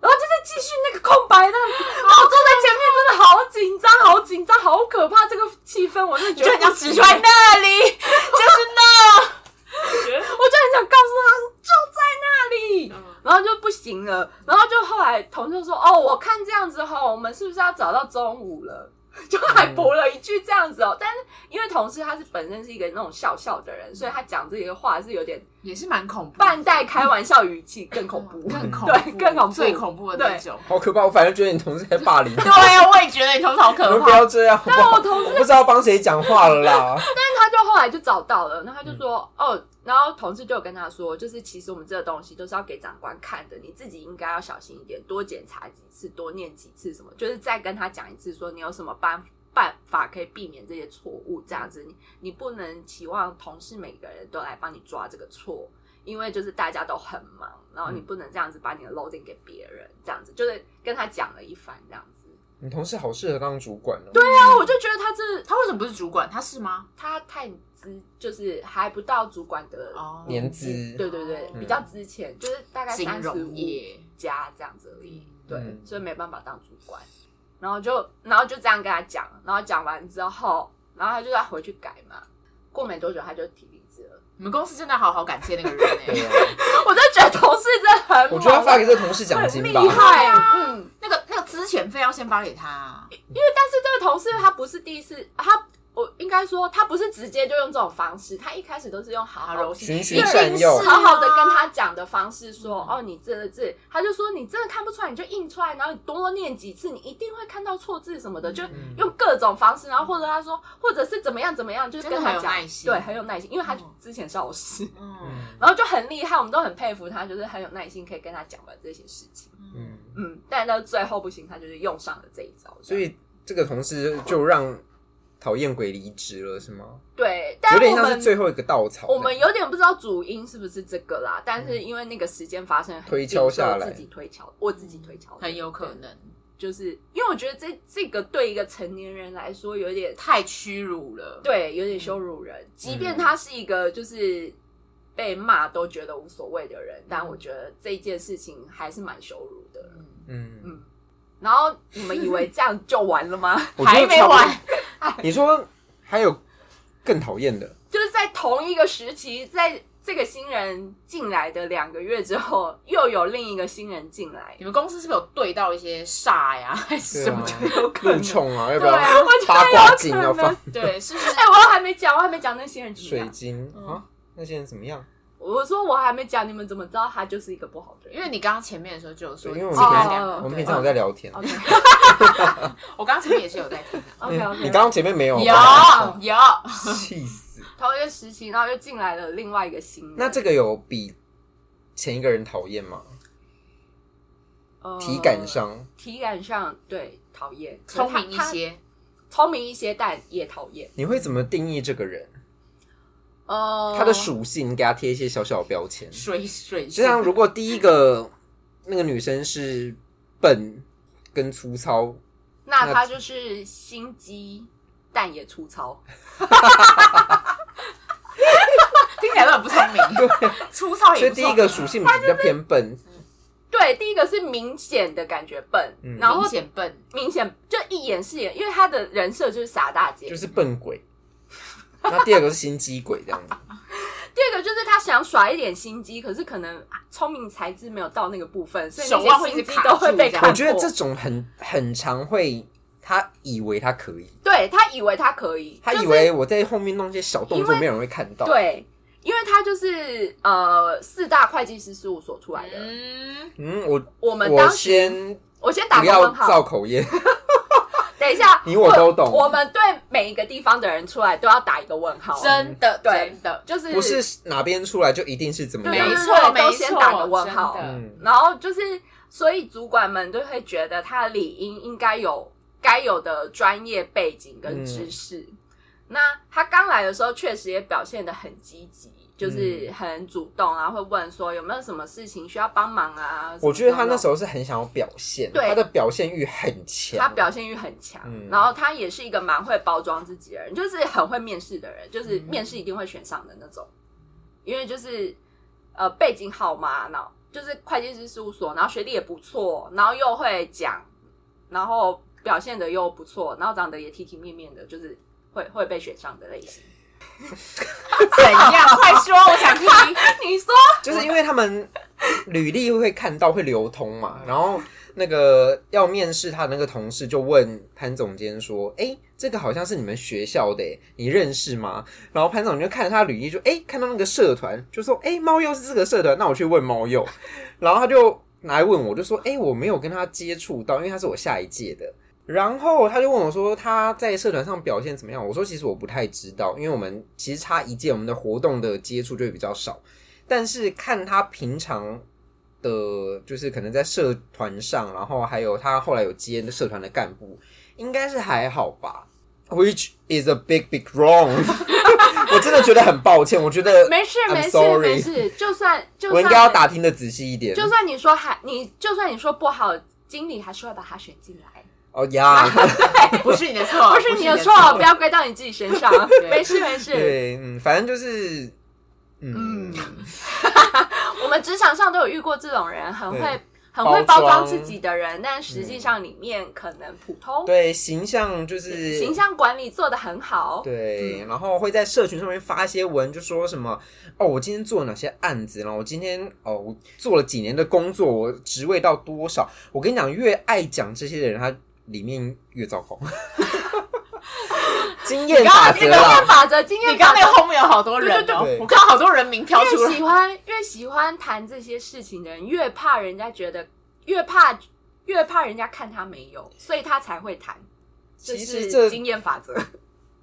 Speaker 3: 然后就在继续那个空白的， 然后我坐在前面真的好紧张，好紧张，好可怕，这个气氛我真的觉
Speaker 2: 就
Speaker 3: 得
Speaker 2: 很像
Speaker 3: 不行
Speaker 2: 指出来那里，就是那，
Speaker 3: 我就很想告诉他就在那里，然后就不行了，然后就后来同事就说哦，我看这样子吼，我们是不是要找到中午了？ 就还补了一句这样子哦，但是因为同事他是本身是一个那种笑笑的人，所以他讲这个话是有点
Speaker 2: 也是蛮恐怖的，
Speaker 3: 半带开玩笑语气，更恐怖。
Speaker 2: 嗯更恐
Speaker 3: 对
Speaker 2: 怖，
Speaker 3: 更恐怖
Speaker 2: 最恐怖的那种。
Speaker 1: 好可怕！我反正觉得你同事在霸凌，
Speaker 2: 对
Speaker 1: 你
Speaker 2: 啊，我也觉得你头脑可
Speaker 1: 们不
Speaker 2: 怕，
Speaker 1: 要这样，好不好
Speaker 3: 啊但我同事
Speaker 1: 我不知道帮谁讲话了啦。
Speaker 3: 他就后来就找到了，然后他就说、哦，然后同事就有跟他说，就是其实我们这个东西都是要给长官看的，你自己应该要小心一点，多检查几次，多念几次什么，就是再跟他讲一次，说你有什么办办法可以避免这些错误，这样子你你不能期望同事每个人都来帮你抓这个错，因为就是大家都很忙，然后你不能这样子把你的 loading 给别人，这样子就是跟他讲了一番这样子。
Speaker 1: 你同事好适合当主管哦。对，
Speaker 3: 对啊，我就觉得他这
Speaker 2: 他为什么不是主管？他是吗？
Speaker 3: 他太资，就是还不到主管的
Speaker 2: 哦
Speaker 1: 年资
Speaker 3: 对对对，
Speaker 1: 嗯
Speaker 3: 比较之前就是大概
Speaker 2: 金
Speaker 3: 三十
Speaker 2: 融
Speaker 3: 五
Speaker 2: 业，
Speaker 3: 加这样子而已，对，
Speaker 1: 嗯
Speaker 3: 所以没办法当主管。然后就然后就这样跟他讲，然后讲完之后，然后他就要回去改嘛。过没多久他就提离职了，
Speaker 2: 你们公司真的好好感谢那个人 哎、
Speaker 1: 对啊，
Speaker 3: 我就觉得同事真的很猛，
Speaker 1: 我觉得要发给这个同事奖
Speaker 3: 很
Speaker 1: 金
Speaker 3: 厉
Speaker 1: 吧。
Speaker 3: 害，嗯。
Speaker 2: 那个那个资遣费要先发给他、啊，
Speaker 3: 但是这个同事他不是第一次，他我应该说他不是直接就用这种方式，他一开始都是用好好
Speaker 2: 啊柔性
Speaker 1: 循循善诱
Speaker 2: 一定是，
Speaker 3: 好好的跟他讲的方式说，哦，你真的字，他就说你真的看不出来，你就印出来，然后你多念几次，你一定会看到错字什么的，就
Speaker 1: 嗯
Speaker 3: 用各种方式，然后或者他说，或者是怎么样怎么样，就是跟他
Speaker 2: 真的
Speaker 3: 讲
Speaker 2: 很有耐，心
Speaker 3: 对，很有耐心，因为他之前是老师，
Speaker 2: 嗯
Speaker 1: 嗯
Speaker 3: 然后就很厉害，我们都很佩服他，就是很有耐心，可以跟他讲完这些事情，
Speaker 1: 嗯，
Speaker 3: 嗯，但到最后不行，他就是用上了这一招，
Speaker 1: 所以这个同事就让讨厌鬼离职了，是吗？
Speaker 3: 对，但
Speaker 1: 有点
Speaker 3: 我
Speaker 1: 像是
Speaker 3: 们
Speaker 1: 最后一个稻草。
Speaker 3: 我们有点不知道主因是不是这个啦，但是因为那个时间发生很
Speaker 1: 推
Speaker 3: 近
Speaker 1: 敲
Speaker 3: 所以
Speaker 1: 下
Speaker 3: 我
Speaker 1: 来
Speaker 3: 自己推敲，我自己推敲的，
Speaker 2: 很有可能
Speaker 3: 就是因为我觉得这这个对一个成年人来说有点
Speaker 2: 太屈辱了。
Speaker 3: 对，有点羞辱
Speaker 1: 嗯
Speaker 3: 人，即便他是一个就是被骂都觉得无所谓的人，但我觉得这件事情还是蛮羞辱的。
Speaker 1: 嗯，
Speaker 3: 然后你们以为这样就完了吗？
Speaker 1: 我觉得
Speaker 2: 还没
Speaker 1: 差不多
Speaker 2: 完，
Speaker 1: 你说还有更讨厌的，
Speaker 3: 就是在同一个时期，在这个新人进来的两个月之后，又有另一个新人进来
Speaker 2: 你，们公司是不是有对到一些煞呀， 还是什么？
Speaker 1: 对啊
Speaker 3: 有可
Speaker 1: 路
Speaker 3: 能。
Speaker 1: 冲啊，要不
Speaker 3: 对啊
Speaker 1: 要
Speaker 3: 我觉得
Speaker 1: 八卦镜
Speaker 3: 有可
Speaker 1: 要
Speaker 3: 能
Speaker 1: 放
Speaker 2: 对，是不是
Speaker 3: 哎、我还没讲，我还没讲那新人怎么
Speaker 1: 水
Speaker 3: 样。
Speaker 1: 晶啊？那些人怎么样？
Speaker 3: 我我说我还没讲，你们怎么知道他就是一个不好的人？
Speaker 2: 因为你刚刚前面的时候就有说，
Speaker 1: 对，因为我们
Speaker 2: 你自己
Speaker 1: 平
Speaker 3: 哦
Speaker 2: 在两
Speaker 1: 常
Speaker 2: 个
Speaker 1: 我们
Speaker 2: 对
Speaker 1: 平常有在聊天，
Speaker 3: OK
Speaker 2: 我刚刚前面也是有在听的，
Speaker 1: 嗯
Speaker 3: OK OK，
Speaker 1: 你刚刚前哦面没有
Speaker 2: 有
Speaker 1: 吧，
Speaker 2: 有，
Speaker 3: 哦
Speaker 1: 气死。
Speaker 3: 同一个时期，然后又进来了另外一个新人，
Speaker 1: 那这个有比前一个人讨厌吗？
Speaker 3: 呃
Speaker 1: 体感上，
Speaker 3: 体感上对讨厌，
Speaker 2: 嗯聪明一
Speaker 3: 他，
Speaker 1: 嗯
Speaker 2: 些，
Speaker 3: 他聪明一些，但也讨厌。
Speaker 1: 你会怎么定义这个人？
Speaker 3: 呃，
Speaker 1: 他的属性，你给他贴一些小小的标签。
Speaker 2: 水水
Speaker 1: 就像如果第一个那个女生是笨跟粗糙，
Speaker 3: 那他就是心机，但也粗糙。
Speaker 2: 听起来都很不 聪明， 粗糙
Speaker 1: 所
Speaker 2: 也
Speaker 1: 以
Speaker 2: 不
Speaker 1: 第
Speaker 2: 聪
Speaker 1: 一
Speaker 2: 明
Speaker 1: 个属性比较偏笨，
Speaker 3: 对，第一个是明显的感觉笨，
Speaker 1: 嗯
Speaker 3: 然后
Speaker 2: 明显笨，
Speaker 3: 明显就一眼是眼，因为他的人设就是傻大姐。
Speaker 1: 就是笨鬼。那第二个是心机鬼这样 子，
Speaker 3: 第二个就是他想耍一点心机，可是可能啊聪明才智没有到那个部分，所以
Speaker 2: 手腕
Speaker 3: 那
Speaker 2: 会
Speaker 3: 些
Speaker 2: 一直
Speaker 3: 心机
Speaker 2: 卡
Speaker 3: 都会
Speaker 2: 住
Speaker 3: 被看
Speaker 2: 这样
Speaker 3: 破。
Speaker 1: 我觉得这种很很常会，他以为他可以，
Speaker 3: 对他以为他可以，
Speaker 1: 他
Speaker 3: 就
Speaker 1: 以
Speaker 3: 是
Speaker 1: 为我在后面弄一些小动作，没有人会看到。，
Speaker 3: 对，因为他就是呃四大会计师事务所出来的。
Speaker 2: 嗯，
Speaker 1: 嗯，我
Speaker 3: 我们
Speaker 1: 我
Speaker 3: 当时
Speaker 1: 先
Speaker 3: 我先打
Speaker 1: 不
Speaker 3: 个问
Speaker 1: 要造
Speaker 3: 号，
Speaker 1: 口业，
Speaker 3: 等一下，
Speaker 1: 你我都懂
Speaker 3: 我们对每一个地方的人出来都要打一个问号，
Speaker 2: 真的
Speaker 3: 对
Speaker 2: 真的，
Speaker 3: 就是
Speaker 1: 不是哪边出来就一定是怎么
Speaker 3: 对
Speaker 1: 样
Speaker 2: 没。
Speaker 3: 对
Speaker 2: 错
Speaker 3: 对
Speaker 2: 没
Speaker 3: 嗯都
Speaker 2: 错，
Speaker 3: 先打个问号
Speaker 2: 真的
Speaker 1: 嗯，
Speaker 3: 然后就是，所以主管们就会觉得他理应应该有该有的专业背景跟知识。
Speaker 1: 嗯
Speaker 3: 那他刚来的时候，确实也表现得很积极，
Speaker 1: 嗯
Speaker 3: 就是很主动啊，会问说有没有什么事情需要帮忙啊。
Speaker 1: 我觉得他那时
Speaker 3: 候
Speaker 1: 候是很想要表现，
Speaker 3: 对
Speaker 1: 他的表现欲很强。
Speaker 3: 他表现欲很强，
Speaker 1: 嗯
Speaker 3: 然后他也是一个蛮会包装自己的人，就是很会面试的人，就是面试一定会选上的那种，因为就是呃背景好嘛，然后就是会计师事务所，然后学历也不错，然后又会讲，然后表现的又不错，然后长得也体体面面的，就是会会被选上的类型。
Speaker 2: 怎样？快说，我想听。
Speaker 3: 你说
Speaker 1: 就是因为 他们履历会看到会流通嘛，
Speaker 3: 嗯
Speaker 1: 然后那个要面试他的那个同事就问潘总监说：“哎、这个好像是你们学校的、诶你认识吗？”然后潘总监就看着他履历就哎、诶看到那个社团就说：“哎、猫鼬是这个社团，那我去问猫鼬。”然后他就来问我，就说：“哎、我没有跟他接触到，因为他是我下一届的。”然后他就问我说：“他在社团上表现怎么样？”我说：“其实我不太知道，因为我们其实差一届，我们的活动的接触就会比较少。但是看他平常的，就是可能在社团上，然后还有他后来有接社团的干部，应该是还好吧。Which is a big big wrong 。 我真的觉得很抱歉，我觉得
Speaker 3: 没事
Speaker 1: I'm
Speaker 3: 没事
Speaker 1: sorry
Speaker 3: 没事，就算就
Speaker 1: 我
Speaker 3: 算
Speaker 1: 应该要打听的仔细一点。
Speaker 3: 就算你说还你就算你说不好，经理还是会把他选进来。
Speaker 1: 哦呀，
Speaker 2: 不是你的错，
Speaker 3: 不是你的错，不要归到你自己身 上。没事没事，
Speaker 1: 对，嗯，反正就是，嗯，
Speaker 3: 我们职场上都有遇过这种人，很会
Speaker 1: 对
Speaker 3: 很会包
Speaker 1: 包装嗯
Speaker 3: 装自己的人，但实际上里面可能普通。
Speaker 1: 对，形象就是
Speaker 3: 形象管理做得很好，
Speaker 1: 对，然后会在社群上面发一些文，就说什么哦，我今天做了哪些案子，然后我今天哦，我做了几年的工作，我职位到多少？我跟你讲，越爱讲这些的人，他里面越糟糕。 经验法则啊
Speaker 3: 经验
Speaker 1: 啦，
Speaker 3: 法则，经验
Speaker 2: 你刚
Speaker 3: 法
Speaker 2: 刚那个
Speaker 3: 则。
Speaker 2: 后面有好多人
Speaker 3: 对对
Speaker 2: 哦
Speaker 1: 对，
Speaker 2: 我看到好多人名飘出
Speaker 3: 越
Speaker 2: 来
Speaker 3: 喜。欢越喜欢谈这些事情的人，越怕人家觉得，越怕越怕人家看他没有，所以他才会谈。
Speaker 1: 其
Speaker 3: 是
Speaker 1: 实这
Speaker 3: 经验法则，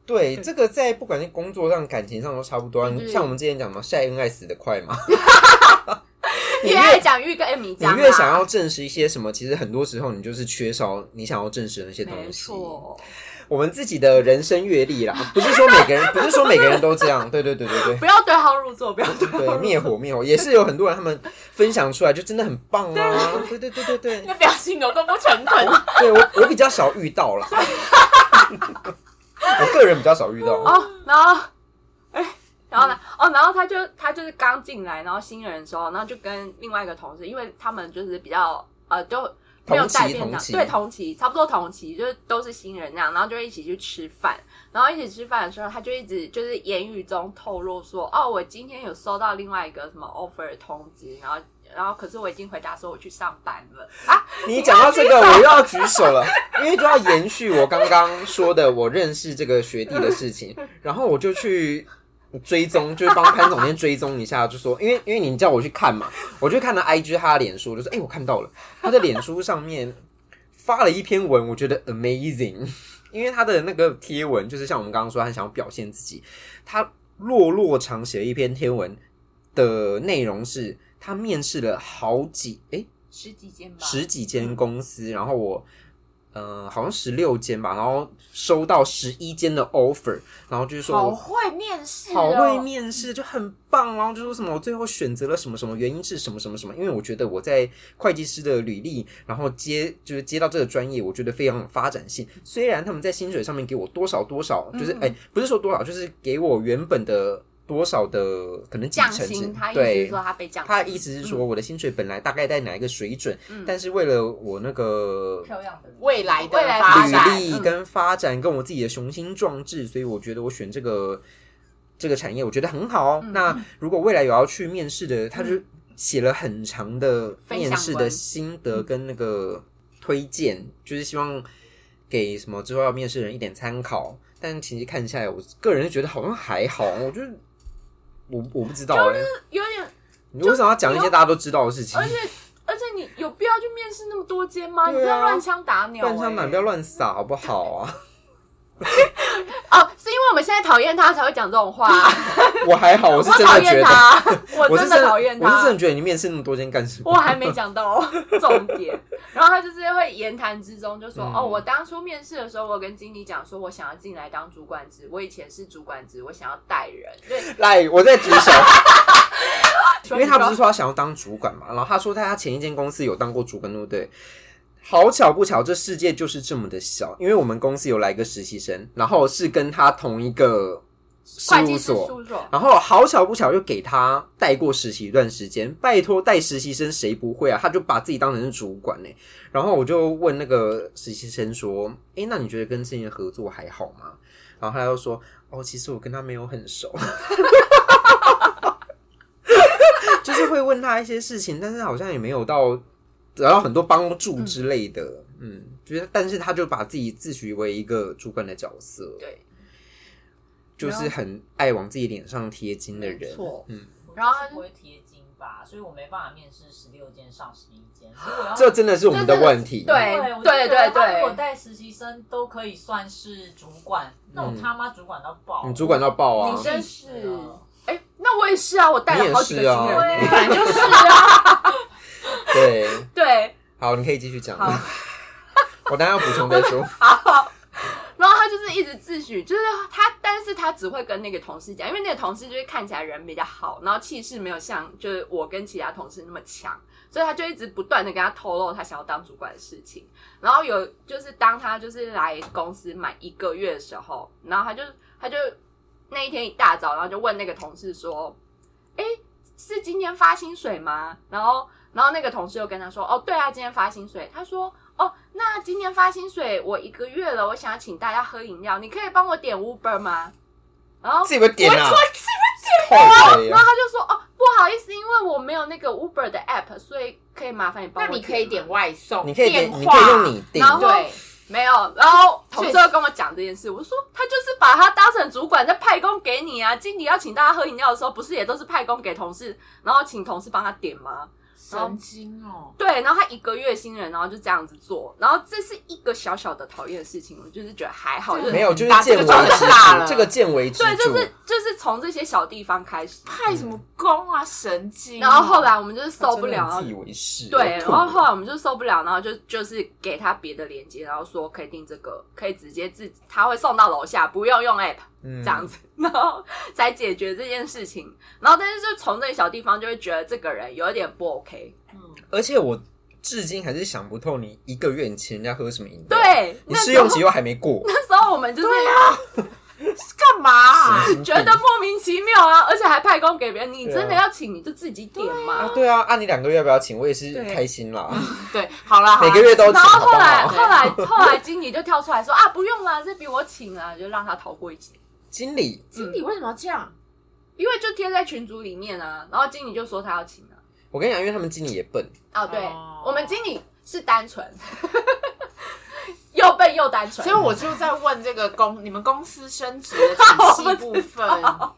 Speaker 1: 对这个在不管是工作上、感情上都差不多啊。你像我们之前讲嘛，晒恩爱死得快嘛。你
Speaker 3: 越爱讲越跟 M
Speaker 1: 你
Speaker 3: 讲啊，
Speaker 1: 越想要证实一些什么，其实很多时候你就是缺少你想要证实的那些东
Speaker 3: 没
Speaker 1: 西。
Speaker 3: 错。
Speaker 1: 我们自己的人生阅历啦，不是说每个人，不是说每个人都这样。对对对对
Speaker 3: 不要对号入座，不要对
Speaker 1: 对，对灭火灭火也是有很多人他们分享出来就真的很棒啊。对对对对对
Speaker 2: 你，的表情有多不诚恳？
Speaker 1: 对我我比较少遇到啦， 我个人比较少遇到。
Speaker 3: 哦，然后，哎、然后呢？哦，然后他就他就是刚进来，然后新人的时候，然后就跟另外一个同事，因为他们就是比较呃，都没有带便
Speaker 1: 同
Speaker 3: 当，
Speaker 1: 期
Speaker 3: 对，同期差不多同期，就是都是新人那样，然后就一起去吃饭，然后一起吃饭的时候，他就一直就是言语中透露说，哦，我今天有收到另外一个什么 offer 的通知，然后然后可是我已经回答说我去上班了啊，
Speaker 1: 你讲到这个，我又要举手了，因为就要延续我刚刚说的我认识这个学弟的事情，然后我就去追踪，就是帮潘总监追踪一下，就说，因为因为你叫我去看嘛，我就看了 IG 他的脸书，我就说，哎、我看到了，他的脸书上面发了一篇文，我觉得 amazing，因为 他的那个贴文就是像我们刚刚说，他想要表现自己，他落落长写了一篇贴文的内容是，他面试了好几哎、
Speaker 3: 十几间吧，
Speaker 1: 十几间公司，然后我呃好像十六间吧，然后收到十一间的 offer，然后就是说
Speaker 2: 好
Speaker 1: 我
Speaker 2: 会面试、哦，
Speaker 1: 好会面试，就很棒。然后就说什么我最后选择了什么什么原因是什么什么什么，因为我觉得我在会计师的履历，然后接就是接到这个专业，我觉得非常有发展性。虽然他们在薪水上面给我多少多少，
Speaker 3: 嗯
Speaker 1: 就是哎、不是说多少，就是给我原本的多少的可能几
Speaker 3: 降
Speaker 1: 成之
Speaker 3: 薪，他意思
Speaker 1: 对
Speaker 3: 是说他被降薪，
Speaker 1: 他的意思是说，我的薪水本来大概在哪一个水准，
Speaker 3: 嗯
Speaker 1: 但是为了我那个
Speaker 4: 漂亮的人
Speaker 2: 未来的
Speaker 3: 未来
Speaker 2: 发
Speaker 3: 发
Speaker 1: 履
Speaker 3: 展嗯
Speaker 1: 历跟发展，跟我自己的雄心壮志，所以我觉得我选这个这个产业，我觉得很好。哦
Speaker 3: 嗯
Speaker 1: 那如果未来有要去面试的，他就写了很长的
Speaker 3: 分享
Speaker 1: 面试的
Speaker 3: 文
Speaker 1: 心得跟那个
Speaker 3: 嗯
Speaker 1: 推荐，就是希望给什么之后要面试的人一点参考。但其实看下来，我个人觉得好像还好，我就是我我不知道哎、
Speaker 3: 有点，
Speaker 1: 你为什么要讲一些大家都知道的事情？
Speaker 3: 而且而且你有必要去面试那么多间吗？你
Speaker 1: 对啊
Speaker 3: 不要乱枪打鸟、欸，
Speaker 1: 乱枪打，不要乱撒，好不好啊？
Speaker 3: 哦，是因为我们现在讨厌他才会讲这种话、
Speaker 1: 我 还好，我是
Speaker 3: 我
Speaker 1: 真
Speaker 3: 讨
Speaker 1: 的觉
Speaker 3: 厌
Speaker 1: 得，
Speaker 3: 他，我
Speaker 1: 我
Speaker 3: 真
Speaker 1: 是
Speaker 3: 的讨厌
Speaker 1: 我是真
Speaker 3: 他
Speaker 1: 的。觉得你面试那么多间干什么？
Speaker 3: 我还没讲到重点，然后他就是会言谈之中就说：“
Speaker 1: 嗯
Speaker 3: 哦，我当初面试的时候，我跟经理讲说，我想要进来当主管职，我以前是主管职，我想要带人。” 对，
Speaker 1: 来，我再举 手，因为他不
Speaker 3: 说
Speaker 1: 是说他想要当主管嘛，然后他说在他前一间公司有当过主管，对不对？好巧不巧，这世界就是这么的小。因为我们公司有来一个实习生，然后是跟他同一个事
Speaker 3: 会
Speaker 1: 务
Speaker 3: 计师事
Speaker 1: 所，
Speaker 3: 务所，
Speaker 1: 然后好巧不巧又给他带过实习一段时间，拜托带实习生谁不会啊？他就把自己当成是主管呢、然后我就问那个实习生说：“诶，那你觉得跟这些人合作还好吗？”然后他又说：“哦，其实我跟他没有很熟。” 就是会问他一些事情，但是好像也没有到得到很多帮助之类的。嗯，就是但是他就把自己自诩为一个主管的角色。
Speaker 3: 对，
Speaker 1: 就是很爱往自己脸上贴金的
Speaker 3: 没
Speaker 1: 人。
Speaker 3: 错
Speaker 1: 嗯，
Speaker 2: 然后他就
Speaker 4: 不会贴金吧，所以我没办法面试十六间上十一间。如果要
Speaker 1: 这真的是我们的问题。
Speaker 3: 哦这真的
Speaker 4: 对
Speaker 3: 对
Speaker 4: 我就
Speaker 3: 对对
Speaker 4: 觉得
Speaker 3: 对
Speaker 4: 他如果带实习生都可以算是主管，那我他妈主管到爆，
Speaker 1: 你主管到爆啊
Speaker 3: 你！真是
Speaker 4: 气死了
Speaker 3: 哎、那我也是啊，我带
Speaker 1: 你
Speaker 3: 了
Speaker 1: 也
Speaker 3: 好几个
Speaker 1: 是啊
Speaker 3: 新人，
Speaker 1: 对
Speaker 4: 对
Speaker 2: 本来就是啊，
Speaker 1: 对，
Speaker 3: 对，
Speaker 1: 好，你可以继续讲
Speaker 3: 好。
Speaker 1: 我当然要补充再 说。
Speaker 3: 然后他就是一直自诩，就是他，但是他只会跟那个同事讲，因为那个同事就是看起来人比较好，然后气势没有像就是我跟其他同事那么强，所以他就一直不断的跟他透露他想要当主管的事情。然后有就是当他就是来公司满一个月的时候，然后他就他就那一天一大早，然后就问那个同事说：“哎，是今天发薪水吗？”然后然后那个同事又跟他说：“哦，对啊，今天发薪水。”他说：“哦，那今天发薪水我一个月了，我想要请大家喝饮料，你可以帮我点 Uber 吗？”然后
Speaker 1: 自己会点啊
Speaker 3: 我我
Speaker 1: 后悔
Speaker 3: 然后
Speaker 1: 啊！
Speaker 3: 他就说：“哦，不好意思，因为我没有那个 Uber 的 app，所以可以麻烦你帮
Speaker 2: 那
Speaker 3: 我。”
Speaker 2: 你可以点外送，
Speaker 1: 你可以
Speaker 2: 电
Speaker 1: 点，
Speaker 2: 话，
Speaker 1: 你可以用你定
Speaker 3: 然。后
Speaker 2: 对，
Speaker 3: 没有。然后同事又跟我讲这件事，我说他就是把他当成主管在派工给你啊。经理要请大家喝饮料的时候，不是也都是派工给同事，然后请同事帮他点吗？
Speaker 2: 神经哦，
Speaker 3: 对，然后他一个月新人，然后就这样子做，然后这是一个小小的讨厌的事情，我就是觉得还好，就是
Speaker 1: 没有，就是
Speaker 2: 把
Speaker 1: 见
Speaker 2: 这
Speaker 1: 微知
Speaker 2: 个装得大
Speaker 1: 著，
Speaker 2: 了
Speaker 1: 这个见微知
Speaker 3: 对，就
Speaker 1: 著。
Speaker 3: 是就是从这些小地方开始，
Speaker 2: 派什么工啊，神经哦。
Speaker 3: 然后后来我们就是受不了，
Speaker 1: 他
Speaker 3: 然后
Speaker 1: 真的很自以为是。
Speaker 3: 对，
Speaker 1: 我
Speaker 3: 然
Speaker 1: 吐
Speaker 3: 后后来
Speaker 1: 了
Speaker 3: 我们就受不了，然后就就是给他别的链接，然后说可以订这个，可以直接自己他会送到楼下，不用用 app
Speaker 1: 嗯
Speaker 3: 这样子， 然后才解决这件事情。然后但是就从这个小地方就会觉得这个人有一点不 OK，
Speaker 1: 而且我至今还是想不透，你一个月你请人家喝什么饮料？，
Speaker 3: 对，
Speaker 1: 你
Speaker 3: 那
Speaker 1: 试
Speaker 3: 时候
Speaker 1: 用期啊又还没 过，
Speaker 3: 那时候我们就是
Speaker 2: 干嘛啊？
Speaker 1: 神经病
Speaker 3: 觉得莫名其妙啊，而且还派工给别人，你真的
Speaker 1: 嗯对啊
Speaker 3: 要请你就自己点嘛
Speaker 1: 啊。对啊，按你两个月要不要请？我也是
Speaker 3: 对嗯
Speaker 1: 开心啦，
Speaker 2: 对，好啦，好啦
Speaker 1: 每个月都请，
Speaker 3: 然后
Speaker 1: 好不
Speaker 3: 后来，
Speaker 1: 好？
Speaker 3: 后来， 后来，经理就跳出来说啊，不用啦，这笔我请啦，就让他逃过一劫。
Speaker 1: 经理，
Speaker 2: 经理为什么要这样？
Speaker 3: 因为就贴在群组里面啊，然后经理就说他要请啊。
Speaker 1: 我跟你讲，因为他们经理也笨，
Speaker 3: 哦，对，
Speaker 2: 哦
Speaker 3: 我们经理是单纯，有 又笨又单纯
Speaker 2: 所以。我就在问这个公你们公司升职的体系部分，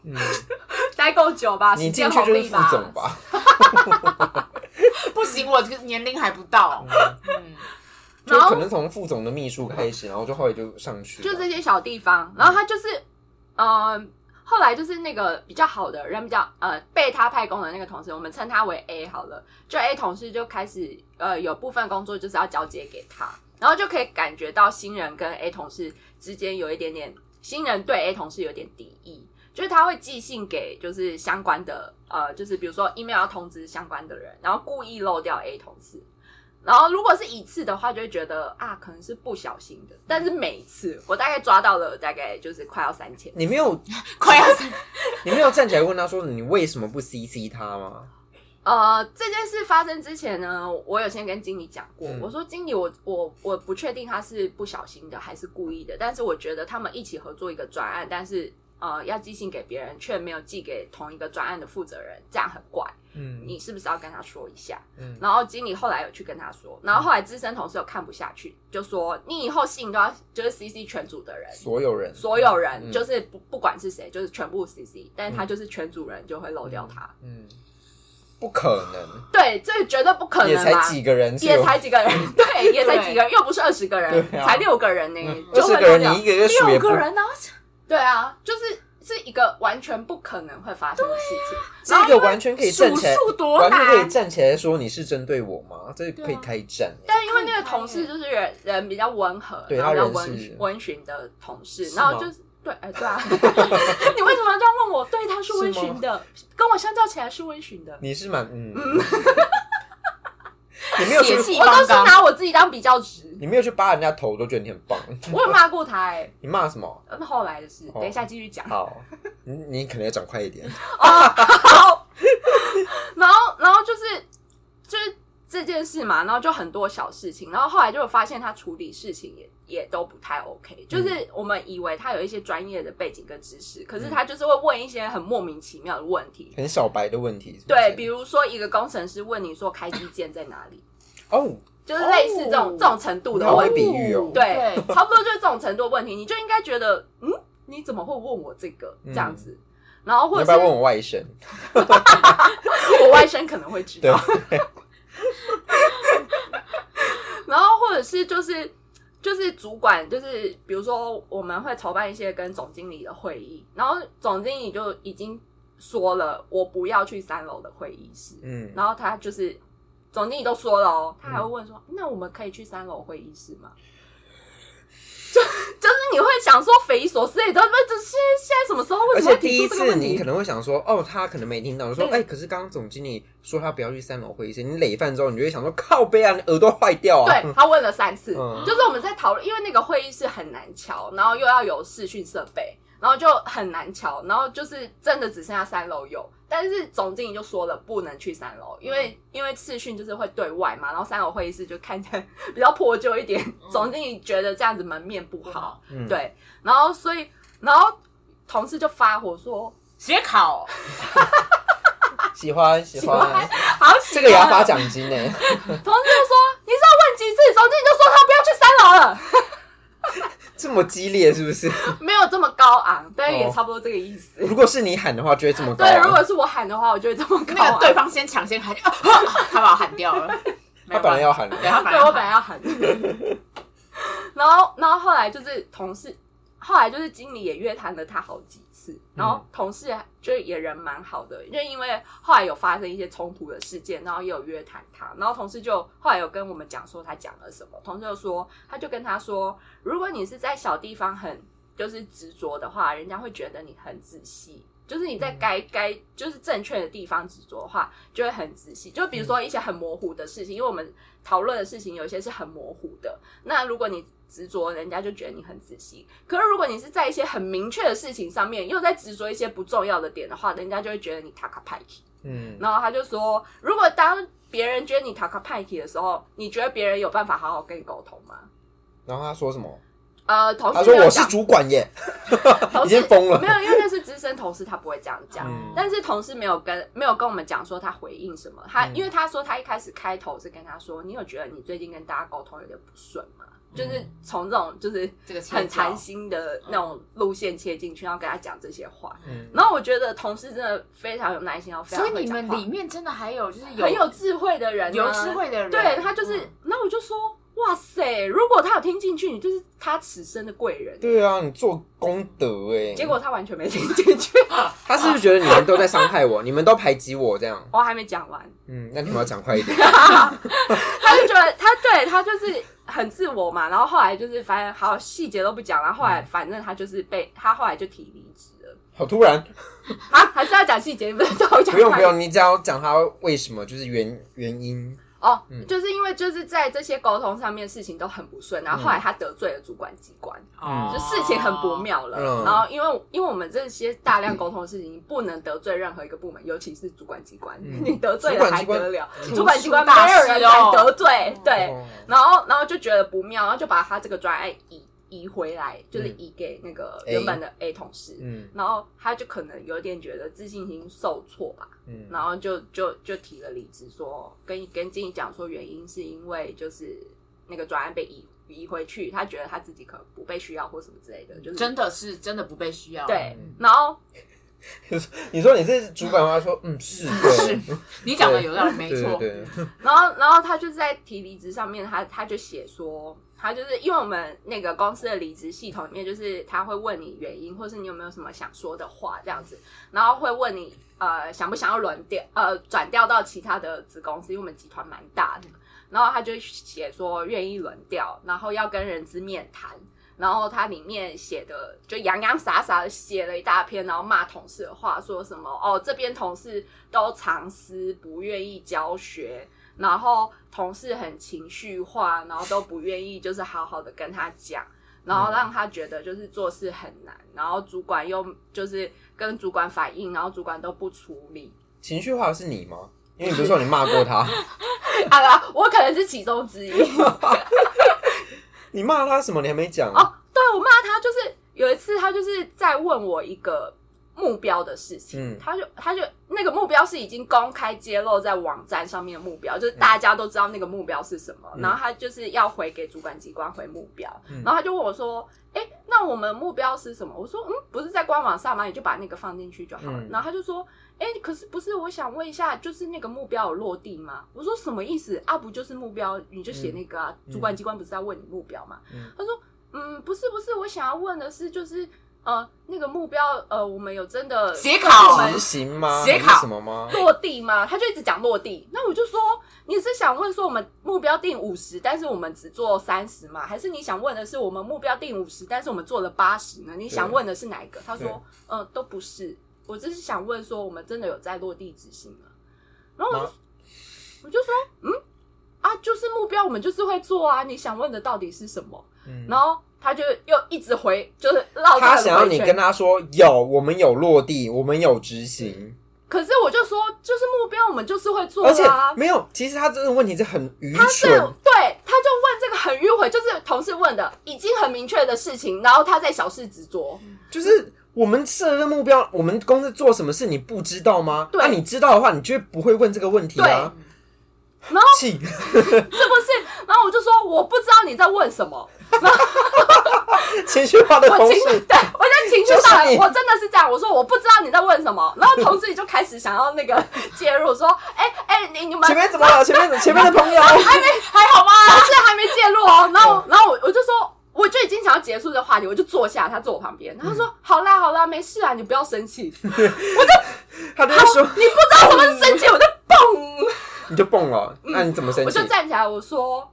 Speaker 1: 嗯，
Speaker 3: 待够久吧，
Speaker 1: 你
Speaker 3: 时间
Speaker 1: 进去
Speaker 3: 红
Speaker 1: 就是
Speaker 3: 利
Speaker 1: 副总吧？
Speaker 2: 不行，我这个年龄还不到。嗯，
Speaker 1: 就
Speaker 3: 然后
Speaker 1: 可能从副总的秘书开始，然后就后来就上去了，
Speaker 3: 就这些小地方。然后他就是，呃，后来就是那个比较好的人，比较呃被他派工的那个同事，我们称他为 A 好了。就 A 同事就开始呃有部分工作就是要交接给他，然后就可以感觉到新人跟 A 同事之间有一点点，新人对 A 同事有点敌意。就是他会寄信给，就是相关的，呃，就是比如说 email 要通知相关的人，然后故意漏掉 A 同事，然后如果是一次的话，就会觉得啊，可能是不小心的。但是每一次，我大概抓到了，大概就是快要三千。
Speaker 1: 你没有
Speaker 2: 快要
Speaker 1: 你没有站起来问他说你为什么不 CC 他吗？
Speaker 3: 呃，这件事发生之前呢，我有先跟经理讲过，
Speaker 1: 嗯
Speaker 3: 我说经理我，我我不确定他是不小心的还是故意的，但是我觉得他们一起合作一个专案，但是呃要寄信给别人，却没有寄给同一个专案的负责人，这样很怪。
Speaker 1: 嗯
Speaker 3: 你是不是要跟他说一下？
Speaker 1: 嗯
Speaker 3: 然后经理后来有去跟他说，然后后来资深同事又看不下去，就说你以后信都要就是 CC 全组的人，
Speaker 1: 所有人，
Speaker 3: 所有人
Speaker 1: 嗯
Speaker 3: 就是不不管是谁，就是全部 CC，但是他就是全组人就会漏掉他。
Speaker 1: 嗯，不可能，
Speaker 3: 对，这绝对不可能
Speaker 1: 也才
Speaker 3: 啦。
Speaker 1: 几个人，
Speaker 3: 也才几个人，对，也才几个人，又不是二十个人，
Speaker 1: 对啊
Speaker 3: 才六个人呢、
Speaker 1: 二
Speaker 3: 就
Speaker 1: 十
Speaker 3: 会
Speaker 1: 个
Speaker 3: 漏
Speaker 1: 人，
Speaker 3: 掉
Speaker 1: 你。一个月数也
Speaker 4: 六
Speaker 1: 不
Speaker 4: 个人呢、啊，
Speaker 3: 对啊，就是是一个完全不可能会发生的事情。
Speaker 1: 这个完全可以站起来，
Speaker 2: 数数多
Speaker 1: 完全可以
Speaker 2: 难
Speaker 1: 站起来说你是针对我吗？这可以开战。
Speaker 3: 但因为那个同事就是人人比较温和，
Speaker 1: 对
Speaker 3: 然后比较
Speaker 1: 他人是
Speaker 3: 温温驯的同事，
Speaker 1: 是吗
Speaker 3: 然后就是对，哎、对啊， 你为什么要这样问我？对，他是温驯的，跟我相较起来是温驯的。
Speaker 1: 你是蛮嗯， 你没有
Speaker 2: 血
Speaker 1: 去，
Speaker 2: 气
Speaker 3: 我都
Speaker 2: 方
Speaker 3: 是
Speaker 2: 刚，
Speaker 3: 拿我自己当比较值，
Speaker 1: 你没有去扒人家头，都觉得你很棒。
Speaker 3: 我有骂过他哎、
Speaker 1: 你骂什么？
Speaker 3: 嗯后来的事，
Speaker 1: 哦
Speaker 3: 等一下继续讲。
Speaker 1: 好，你你可能要讲快一点。
Speaker 3: 然后，然后就是就是这件事嘛，然后就很多小事情，然后后来就有发现他处理事情也也都不太
Speaker 1: 嗯
Speaker 3: OK，就是我们以为他有一些专业的背景跟知识，可是他就是会问一些很莫名其妙的问题。
Speaker 1: 很小白的问题是不是，
Speaker 3: 对，比如说一个工程师问你说开机键在哪里，
Speaker 1: 哦，
Speaker 3: 就是类似这种、
Speaker 2: 哦
Speaker 3: 这种程度
Speaker 1: 你
Speaker 3: 的
Speaker 1: 好会
Speaker 3: 问
Speaker 1: 比
Speaker 3: 题，
Speaker 1: 喻哦，
Speaker 3: 对，差不多就是这种程度的问题，你就应该觉得，嗯，你怎么会问我这个这样子？然后
Speaker 1: 嗯你
Speaker 3: 或
Speaker 1: 要
Speaker 3: 者
Speaker 1: 不要
Speaker 3: 是
Speaker 1: 问我外甥？
Speaker 3: 我外甥可能会知
Speaker 1: 对
Speaker 3: 道。然后或者是就是就是主管，就是比如说我们会筹办一些跟总经理的会议，然后总经理就已经说了，我不要去三楼的会议室。
Speaker 1: 嗯，
Speaker 3: 然后他就是总经理都说了哦，他还会问说，那我们可以去三楼会议室吗？ 就就是你会想说匪夷所思，欸你都不这现在现在什么时候为
Speaker 1: 而
Speaker 3: 什么
Speaker 1: 且
Speaker 3: 会
Speaker 1: 第
Speaker 3: 提出
Speaker 1: 一
Speaker 3: 这个
Speaker 1: 次
Speaker 3: 问
Speaker 1: 你
Speaker 3: 题
Speaker 1: 可？能会想说，哦，他可能没听到，你说，
Speaker 3: 嗯
Speaker 1: 哎、可是刚刚总经理说他不要去三楼会议室，你累犯之后，你就会想说，靠背啊，你耳朵坏掉啊，
Speaker 3: 对他问了三次，
Speaker 1: 嗯
Speaker 3: 就是我们在讨论，因为那个会议室很难瞧，然后又要有视讯设备，然后就很难瞧，然后就是真的只剩下三楼有，但是总经理就说了不能去三楼，因
Speaker 1: 嗯
Speaker 3: 为、因为视讯就是会对外嘛，然后三楼会议室就看起来比较破旧一点，总经理觉得这样子门面不好，
Speaker 1: 嗯，
Speaker 3: 对，然后所以然后同事就发火说，
Speaker 2: 写考哦
Speaker 1: 喜欢喜
Speaker 3: 喜
Speaker 1: 欢
Speaker 3: 欢，好喜
Speaker 1: 这个也要
Speaker 3: 欢
Speaker 1: 发奖金呢、
Speaker 3: 啊同事就说你知道问几次，总经理就说他不要去三楼了。
Speaker 1: 这么激烈是不是？
Speaker 3: 没有这么高昂，但是
Speaker 1: 哦
Speaker 3: 也差不多这个意思。
Speaker 1: 如果是你喊的话，就会这么高、
Speaker 3: 对，如
Speaker 1: 啊。
Speaker 3: 果是我喊的话，我就会这么高啊
Speaker 2: 那
Speaker 3: 昂。
Speaker 2: 个对方先抢先喊， 啊他把我喊掉了。
Speaker 1: 他本来要喊的，
Speaker 2: 对，他
Speaker 3: 对我本来
Speaker 2: 来
Speaker 3: 要喊。 然后，然后后来就是同事，后来就是经理也约谈了他好几次，然后同事就也人蛮好的，就因为后来有发生一些冲突的事件，然后也有约谈他，然后同事就后来有跟我们讲说他讲了什么，同事就说他就跟他说，如果你是在小地方很就是执着的话，人家会觉得你很仔细。就是你在该该就是正确的地方执着的话，就会很仔细。就比如说一些很模糊的事情，因为我们讨论的事情有一些是很模糊的。那如果你执着，人家就觉得你很仔细。可是如果你是在一些很明确的事情上面，又在执着一些不重要的点的话，人家就会觉得你塔卡派克。
Speaker 1: 嗯，
Speaker 3: 然后他就说，如果当别人觉得你塔卡派克的时候，你觉得别人有办法好好跟你沟通吗？
Speaker 1: 然后他说什么？
Speaker 3: 呃，同
Speaker 1: 他
Speaker 3: 事
Speaker 1: 说
Speaker 3: 没有
Speaker 1: 我是
Speaker 3: 讲，
Speaker 1: 主管耶，
Speaker 3: 同
Speaker 1: 已
Speaker 3: 事
Speaker 1: 经疯了
Speaker 3: 没。有，因为那是资深同事，他不会这样讲。
Speaker 1: 嗯
Speaker 3: 但是同事没有跟没有跟我们讲说他回应什么，他、因为他说他一开始开头是跟他说，你有觉得你最近跟大家沟通有点不顺吗？就是从这种就是
Speaker 2: 这个切
Speaker 3: 很
Speaker 2: 角
Speaker 3: 谈心的那种路线切进去，然后跟他讲这些话。
Speaker 1: 嗯
Speaker 3: 然后我觉得同事真的非常有耐心，然后非常
Speaker 2: 所以你
Speaker 3: 会
Speaker 2: 们
Speaker 3: 讲话
Speaker 2: 里面真的还有就是
Speaker 3: 很有智慧的人、啊，
Speaker 2: 有智慧的人，
Speaker 3: 对他就是
Speaker 2: 嗯，
Speaker 3: 然后我就说，哇塞，如果他有听进去，你就是他此生的贵人。
Speaker 1: 对啊，你做功德哎。
Speaker 3: 结果他完全没听进去，
Speaker 1: 他是不是觉得你们都在伤害 我，你们都排挤我这样？
Speaker 3: 我还没讲完，
Speaker 1: 嗯，那你们要讲快一点。
Speaker 3: 他就觉得他对他就是很自我嘛，然后后来就是反正好细节都不讲，然后后
Speaker 1: 嗯
Speaker 3: 来反正他就是被他后来就提离职了
Speaker 1: 好突然，
Speaker 3: 啊，还是要讲细节，不是叫我讲
Speaker 1: 不用
Speaker 3: 快
Speaker 1: 不用，你只要讲他为什么，就是原原因。
Speaker 3: 哦
Speaker 1: 嗯，
Speaker 3: 就是因为就是在这些沟通上面事情都很不顺，然后后来他得罪了主管机关，
Speaker 1: 嗯
Speaker 3: 就事情很不。妙了。
Speaker 1: 嗯
Speaker 3: 然后因为因为我们这些大量沟通的事情，不能得罪任何一个部门，尤其是主管机关，
Speaker 1: 嗯
Speaker 3: 你得罪了还得了？
Speaker 2: 主
Speaker 3: 主
Speaker 2: 管
Speaker 3: 管
Speaker 2: 机
Speaker 3: 机
Speaker 2: 关
Speaker 3: 关
Speaker 2: 嗯
Speaker 3: 没有人敢得罪，
Speaker 2: 嗯
Speaker 3: 对。
Speaker 1: 哦
Speaker 3: 然后然后就觉得不妙，然后就把他这个专案移移回来，就是移给那个
Speaker 1: 嗯 A
Speaker 3: 原本的 A 同事。
Speaker 1: 嗯
Speaker 3: 然后他就可能有点觉得自信心受挫吧，
Speaker 1: 嗯
Speaker 3: 然后就就就提了离职，说跟跟经理讲说原因是因为就是那个专案被移移回去，他觉得他自己可能不被需要或什么之类的，就是
Speaker 2: 真的是真的不被需
Speaker 1: 哦
Speaker 2: 要。
Speaker 3: 对。然后
Speaker 1: 嗯你说你是主管吗？他说嗯 是
Speaker 2: 是
Speaker 1: 对，
Speaker 2: 你讲的有道理，没
Speaker 1: 对
Speaker 2: 错。
Speaker 1: 对对，
Speaker 3: 然后然后他就是在提离职上面，他他就写说。他就是因为我们那个公司的离职系统里面，就是他会问你原因，或是你有没有什么想说的话这样子，然后会问你呃想不想要轮调呃转调到其他的子公司，因为我们集团蛮大的，然后他就写说愿意轮调，然后要跟人资面谈，然后他里面写的就洋洋洒洒的写了一大篇，然后骂同事的话，说什么哦这边同事都藏私，不愿意教学。然后同事很情绪化，然后都不愿意就是好好的跟他讲，然后让他觉得就是做事很难，然后主管又就是跟主管反映，然后主管都不处理，
Speaker 1: 情绪化的是你吗？因为你不是说你骂过他，
Speaker 3: 啊，我可能是其中之一。
Speaker 1: 你骂他什么？你还没讲
Speaker 3: 哦，对我骂他就是有一次，他就是在问我一个目标的事情，
Speaker 1: 嗯
Speaker 3: 他就他就那个目标是已经公开揭露在网站上面的目标，就是大家都知道那个目标是什么，
Speaker 1: 嗯
Speaker 3: 然后他就是要回给主管机关回目标，
Speaker 1: 嗯
Speaker 3: 然后他就问我说：“哎、那我们目标是什么？”我说：“嗯，不是在官网上吗？你就把那个放进去就好了。
Speaker 1: 嗯
Speaker 3: 然后他就说。哎、可是不是？我想问一下，就是那个目标有落地吗？我说什么意思？啊，不就是目标，你就写那个、啊
Speaker 1: 嗯
Speaker 3: 主管机关不是在问你目标吗？
Speaker 1: 嗯
Speaker 3: 他说，嗯，不是不是，我想要问的是，就是呃，那个目标，呃，我们有真的
Speaker 2: 写考
Speaker 1: 执行吗？
Speaker 2: 写考
Speaker 1: 还是什么吗？
Speaker 3: 落地吗？他就一直讲落地，那我就说你是想问说我们目标定五十，但是我们只做三十吗？还是你想问的是我们目标定五十，但是我们做了八十呢？你想问的是哪一个？他
Speaker 1: 对
Speaker 3: 说，嗯、都不是，我只是想问说我们真的有在落地执行吗？然后我就
Speaker 1: 吗
Speaker 3: 我就说，嗯啊，就是目标我们就是会做啊，你想问的到底是什么？
Speaker 1: 嗯
Speaker 3: 然后他就又一直回，就是绕
Speaker 1: 他
Speaker 3: 着
Speaker 1: 想要你跟。他说有，我们有落地，我们有执行。
Speaker 3: 可是我就说，就是目标我们就是会做
Speaker 1: 而且
Speaker 3: 啊。
Speaker 1: 没有，其实他这个问题是很愚
Speaker 3: 他是
Speaker 1: 蠢。
Speaker 3: 对，他就问这个很迂回，就是同事问的已经很明确的事情，然后他在小事执着。
Speaker 1: 嗯就是我们设的目标，我们公司做什么事你不知道吗？
Speaker 3: 对
Speaker 1: 那、你知道的话，你就不会问这个问题啊。
Speaker 3: 然后
Speaker 1: 气，
Speaker 3: 是不是？然后我就说我不知道你在问什么，
Speaker 1: 情绪化的
Speaker 3: 我
Speaker 1: 同
Speaker 3: 情
Speaker 1: 事，
Speaker 3: 对我在情绪上
Speaker 1: 就是
Speaker 3: 来，
Speaker 1: 你
Speaker 3: 我真的是这样。我说我不知道你在问什么，然后同事就开始想要那个介入，说哎哎、你你们
Speaker 1: 前面怎么了？前面前面的朋友，
Speaker 3: 还没还好吗？同事还没介入 哦，然
Speaker 1: 嗯
Speaker 3: 后然后我我就说。我就已经想要结束这个话题，我就坐下，他坐我旁边，然后
Speaker 1: 嗯
Speaker 3: 他说：“好啦，好啦，没事啊，你不要生气。”
Speaker 1: 他就
Speaker 3: 他
Speaker 1: 说
Speaker 3: 你不知道什么是 生气，我就嘣，
Speaker 1: 你就蹦了，那你怎么生
Speaker 3: 我
Speaker 1: 气
Speaker 3: 就？站起来，我说，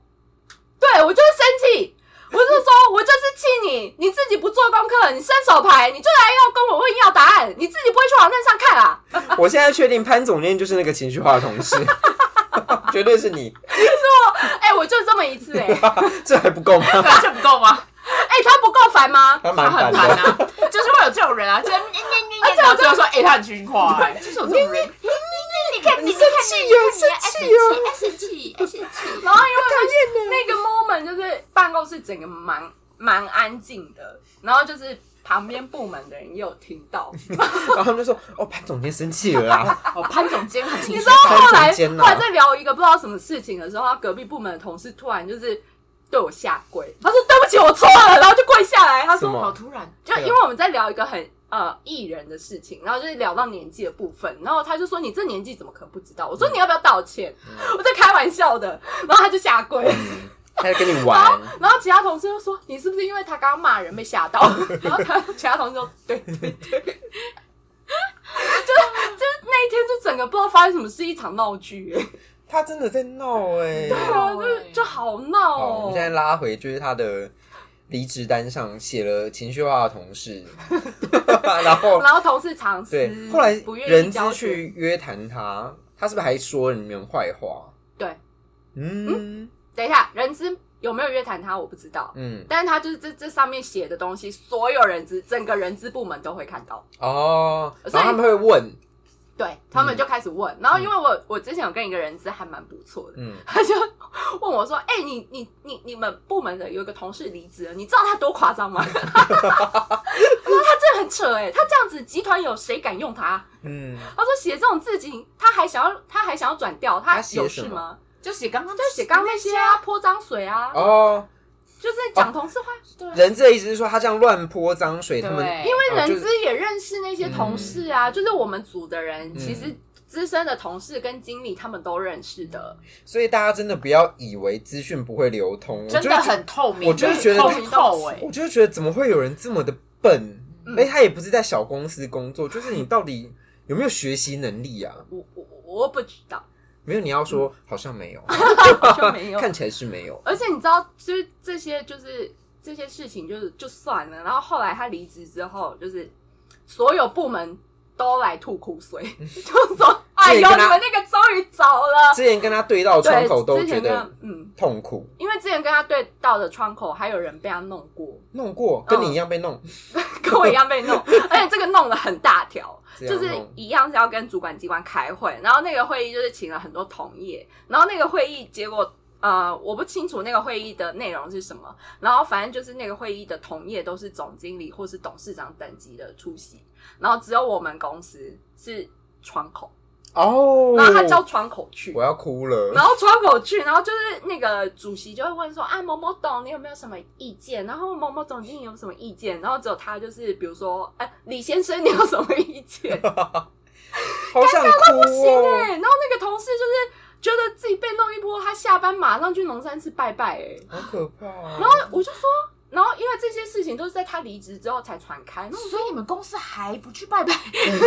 Speaker 3: 对我就是生气，我就说，我就是气你，你自己不做功课，你伸手牌，你就来要跟我问要答案，你自己不会去网站上看 啊？
Speaker 1: 我现在确定潘总监就是那个情绪化的同事，绝对是你，
Speaker 3: 哎、我就这么一次、哎，
Speaker 1: 这还不够吗？
Speaker 2: 对啊，这不够 吗？
Speaker 3: 哎， 他不够烦吗？
Speaker 1: 他
Speaker 2: 他
Speaker 1: 蛮烦
Speaker 2: 很烦
Speaker 1: 的，
Speaker 2: 啊，就是会有这种人啊，就是念念念念，然后最后说，哎，他很情绪化，哎 哎就是有这种人，
Speaker 5: 你看，你看，你
Speaker 2: 哎
Speaker 5: 看，生气，生气，生气，生气。
Speaker 3: 然后因为那个 moment 就是办公室整个忙蛮安静的，然后就是旁边部门的人也有听到，
Speaker 1: 然后他们就说：“哦，潘总监生气了啦，
Speaker 2: 哦，潘总监很清
Speaker 3: 你
Speaker 2: 楚
Speaker 3: 知 道，后来
Speaker 1: 中间啊
Speaker 3: 后来在聊一个不知道什么事情的时候，他隔壁部门的同事突然就是对我下跪，他说对不起，我错了，然后就跪下来。他
Speaker 1: 什
Speaker 3: 说，
Speaker 2: 好
Speaker 1: 么
Speaker 2: 突然，
Speaker 3: 就因为我们在聊一个很呃艺人的事情，然后就是聊到年纪的部分，然后他就说你这年纪怎么可能不知道？我说你要不要道歉？我在开玩笑的，然后他就下跪。
Speaker 1: 他在跟你玩。
Speaker 3: 然后其他同事就说：“你是不是因为他刚刚骂人被吓到？”然后他其他同事就对对对，就就是那一天就整个不知道发生什么事，一场闹剧、欸，”
Speaker 1: 他真的在闹哎、
Speaker 3: 对啊，就就好闹
Speaker 1: 好，我
Speaker 3: 哦、
Speaker 1: 们现在拉回就是他的离职单上写了情绪化的 同事， 然后
Speaker 3: 然后同事常
Speaker 1: 对
Speaker 3: 思，，
Speaker 1: 后来
Speaker 3: 不愿
Speaker 1: 人
Speaker 3: 意
Speaker 1: 资
Speaker 3: 交学，
Speaker 1: 去约谈他，他是不是还说你们坏话？
Speaker 3: 对，
Speaker 1: 嗯
Speaker 3: 等一下，人资有没有约谈他我不知道，
Speaker 1: 嗯
Speaker 3: 但是他就是这这上面写的东西，所有人资整个人资部门都会看到。
Speaker 1: 哦，
Speaker 3: 所以
Speaker 1: 然后他们会问，
Speaker 3: 对他们就开始问，然后因为我我之前有跟一个人资还蛮不错的，
Speaker 1: 嗯
Speaker 3: 他就问我说：“哎、你你你你们部门的有一个同事离职了，你知道他多夸张吗？” 我说：“他真的很扯哎、他这样子集团有谁敢用他？”
Speaker 1: 嗯，
Speaker 3: 他说：“写这种字情，他还想要他还想要转调，
Speaker 1: 他
Speaker 3: 他
Speaker 1: 写
Speaker 3: 有
Speaker 1: 什
Speaker 3: 事
Speaker 1: 么
Speaker 3: 吗？
Speaker 2: 就写刚刚
Speaker 3: 就写刚那些啊，泼脏水啊，
Speaker 1: 哦，
Speaker 3: 就是讲同事坏话。
Speaker 1: 人资的意思是说他这样乱泼脏水，他们
Speaker 2: 对，
Speaker 3: 因为
Speaker 1: 哦就
Speaker 3: 人
Speaker 1: 是
Speaker 3: 资也认识那些同事
Speaker 1: 哦
Speaker 3: 啊，就是我们组的
Speaker 1: 嗯
Speaker 3: 人，其实资深的同事跟经理他们都认识的。
Speaker 1: 所以大家真的不要以为资讯不会流通，我
Speaker 2: 真
Speaker 1: 就
Speaker 2: 的
Speaker 1: 是
Speaker 2: 很透明，
Speaker 1: 我就是觉得
Speaker 2: 很透哎、
Speaker 1: 我就是觉得怎么会有人这么的笨？
Speaker 3: 嗯
Speaker 1: 哎、他也不是在小公司工作，就是你到底有没有学习能力啊？
Speaker 3: 我我我我不知 道，
Speaker 1: 没有，你要说好像没有，
Speaker 3: 好像嗯 没有。
Speaker 1: 看起来是没有。
Speaker 3: 而且你知道，就是这些，就是这些事情，就是就算了。然后后来他离职之后，就是所有部门都来吐苦 水，就说：“哎呦，
Speaker 1: 跟
Speaker 3: 你
Speaker 1: 他
Speaker 3: 们那个终于走了。
Speaker 1: 之前跟他对到”的窗
Speaker 3: 对
Speaker 1: 口，都
Speaker 3: 之
Speaker 1: 觉
Speaker 3: 前
Speaker 1: 得
Speaker 3: 跟嗯，
Speaker 1: 痛苦，
Speaker 3: 因为之前跟他对到的窗口，还有人被他弄过，
Speaker 1: 弄过
Speaker 3: 嗯
Speaker 1: 跟你一样被弄，
Speaker 3: 跟我一样被 弄，而且这个弄了很大条，
Speaker 1: 这样
Speaker 3: 就
Speaker 1: 弄
Speaker 3: 是一样是要跟主管机关开会，然后那个会议就是请了很多同业，然后那个会议结果呃我不清楚那个会议的内容是什么，然后反正就是那个会议的同业都是总经理或是董事长等级的出席，然后只有我们公司是窗口，
Speaker 1: 哦。
Speaker 3: 然后他叫窗口去
Speaker 1: 我。要哭了，
Speaker 3: 然后窗口去，然后就是那个主席就会问说啊，某某董，你有没有什么意见？然后某某总经理有什么意见？然后只有他就是，比如说，哎、李先生，你有什么意见？
Speaker 1: 好想哭
Speaker 3: 对，
Speaker 1: 哦。
Speaker 3: 然后那个同事就是觉得自己被弄一波，他下班马上去龙山寺拜拜、哎，
Speaker 1: 好可怕、啊！
Speaker 3: 我就说，然后因为这些事情都是在他离职之后才传开，那我
Speaker 2: 所以你们公司还不去拜拜，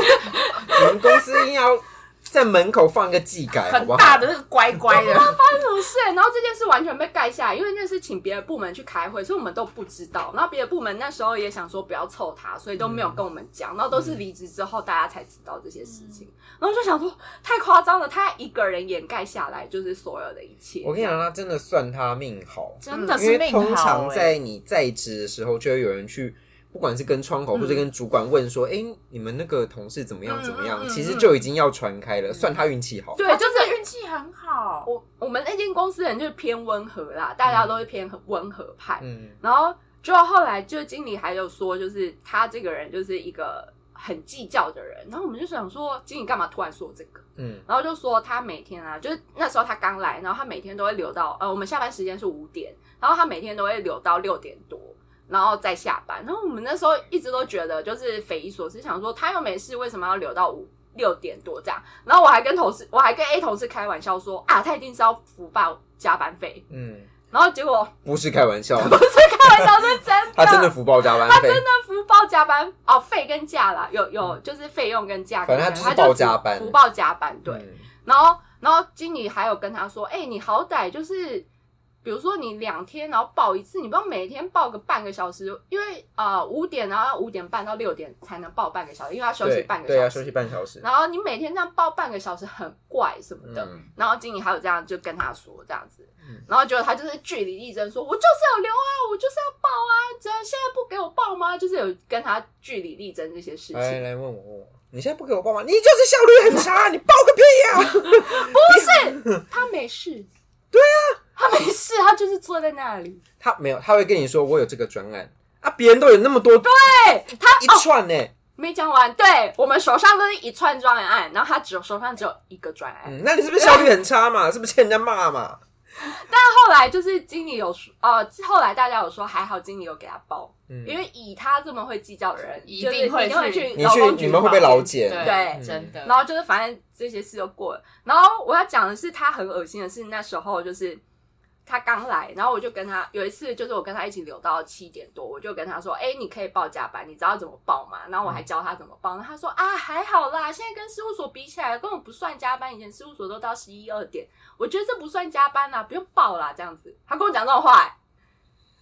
Speaker 1: 你们公司硬要在门口放一个技改，好
Speaker 2: 很
Speaker 1: 不好？
Speaker 2: 大的那个乖乖的，
Speaker 3: 真的不是、欸然后这件事完全被盖下来，因为那是请别的部门去开会，所以我们都不知道。然后别的部门那时候也想说不要凑他，所以都没有跟我们讲。然后都
Speaker 1: 嗯
Speaker 3: 是离职之后大家才知道这些事情。然后就想说太夸张了，他一个人掩盖下来就是所有的一切。
Speaker 1: 我跟你讲，他真的算他命好，
Speaker 2: 真的
Speaker 1: 嗯因
Speaker 2: 是
Speaker 1: 为
Speaker 2: 命
Speaker 1: 通
Speaker 2: 好
Speaker 1: 常
Speaker 2: 哎、
Speaker 3: 欸
Speaker 1: 在你在职的时候，就会有人去，不管是跟窗口或者跟主管问说：“哎、你们那个同事怎么样？怎么样？”
Speaker 3: 嗯嗯嗯嗯
Speaker 1: 其实就已经要传开了，算他运气好。
Speaker 3: 对，
Speaker 2: 对，
Speaker 3: 就
Speaker 2: 真的
Speaker 3: 是
Speaker 2: 运气很好，
Speaker 3: 我我们那间公司的人就是偏温和啦，大家都是偏很温和派。
Speaker 1: 嗯，
Speaker 3: 然后就后来就经理还有说，就是他这个人就是一个很计较的人。然后我们就想说，经理干嘛突然说这个？
Speaker 1: 嗯，
Speaker 3: 然后就说他每天啊，就是那时候他刚来，然后他每天都会留到呃，我们下班时间是五点，然后他每天都会留到六点多，然后再下班。然后我们那时候一直都觉得就是匪夷所思，想说他又没事，为什么要留到五六点多这样？然后我还跟同事，我还跟 A 同事开玩笑说啊，他一定是要福报加班费。
Speaker 1: 嗯，
Speaker 3: 然后结果
Speaker 1: 不是开玩笑，
Speaker 3: 啊开玩笑是真的，
Speaker 1: 他真的福报加班费，
Speaker 3: 福报加班哦，费跟价啦，有有就是费用跟价格，
Speaker 1: 反正他就是
Speaker 3: 他
Speaker 1: 报加班
Speaker 3: 福报加班对。
Speaker 1: 嗯，
Speaker 3: 然后然后经理还有跟他说，哎、你好歹就是，比如说你两天然后报一次，你不要每天报个半个小时，因为呃五点然后要五点半到六点才能报半个小时，因为要休息
Speaker 1: 对
Speaker 3: 半个
Speaker 1: 对啊，
Speaker 3: 小
Speaker 1: 休息
Speaker 3: 时。
Speaker 1: 半小时。
Speaker 3: 然后你每天这样报半个小时很怪什么的，
Speaker 1: 嗯
Speaker 3: 然后经理还有这样就跟他说这样子
Speaker 1: 嗯，
Speaker 3: 然后结果他就是据理力争说，我就是有留啊，我就是要报啊，这现在不给我报吗？就是有跟他据理力争这些事
Speaker 1: 来
Speaker 3: 情。
Speaker 1: 来问我问我，你现在不给我报吗？你就是效率很差，你报个屁呀、
Speaker 3: 他没事，对啊，他没事，他就是坐在那里，
Speaker 1: 他没有，他会跟你说我有这个专案啊，别人都有那么多
Speaker 3: 对他
Speaker 1: 一
Speaker 3: 哦
Speaker 1: 串呢、
Speaker 3: 没讲完，对我们手上都是一串专案，然后他只有手上只有一个专案。
Speaker 1: 嗯，那你是不是效率很差嘛？是不是欠人家骂嘛？
Speaker 3: 后来就是经理有说，呃，后来大家有说还好经理有给他报，
Speaker 1: 嗯，
Speaker 3: 因为以他这么会计较的人，
Speaker 2: 一
Speaker 3: 就是
Speaker 2: 定会
Speaker 3: 一定会
Speaker 2: 去
Speaker 3: 去
Speaker 1: 你
Speaker 3: 劳
Speaker 1: 去
Speaker 3: 工局
Speaker 1: 你们会
Speaker 3: 嘛
Speaker 1: 被劳检，
Speaker 3: 对
Speaker 2: 真的。
Speaker 3: 然后就是反正这些事就过了。然后我要讲的是，他很恶心的是那时候就是他刚来，然后我就跟他有一次就是我跟他一起留到七点多，我就跟他说：“哎、你可以报加班，你知道怎么报吗？”然后我
Speaker 1: 嗯
Speaker 3: 还教他怎么报，然后他说：“啊，还好啦，现在跟事务所比起来根本不算加班，以前事务所都到十一二点，我觉得这不算加班啊啦，不用报啦，这样子。”他跟我讲这种话、哎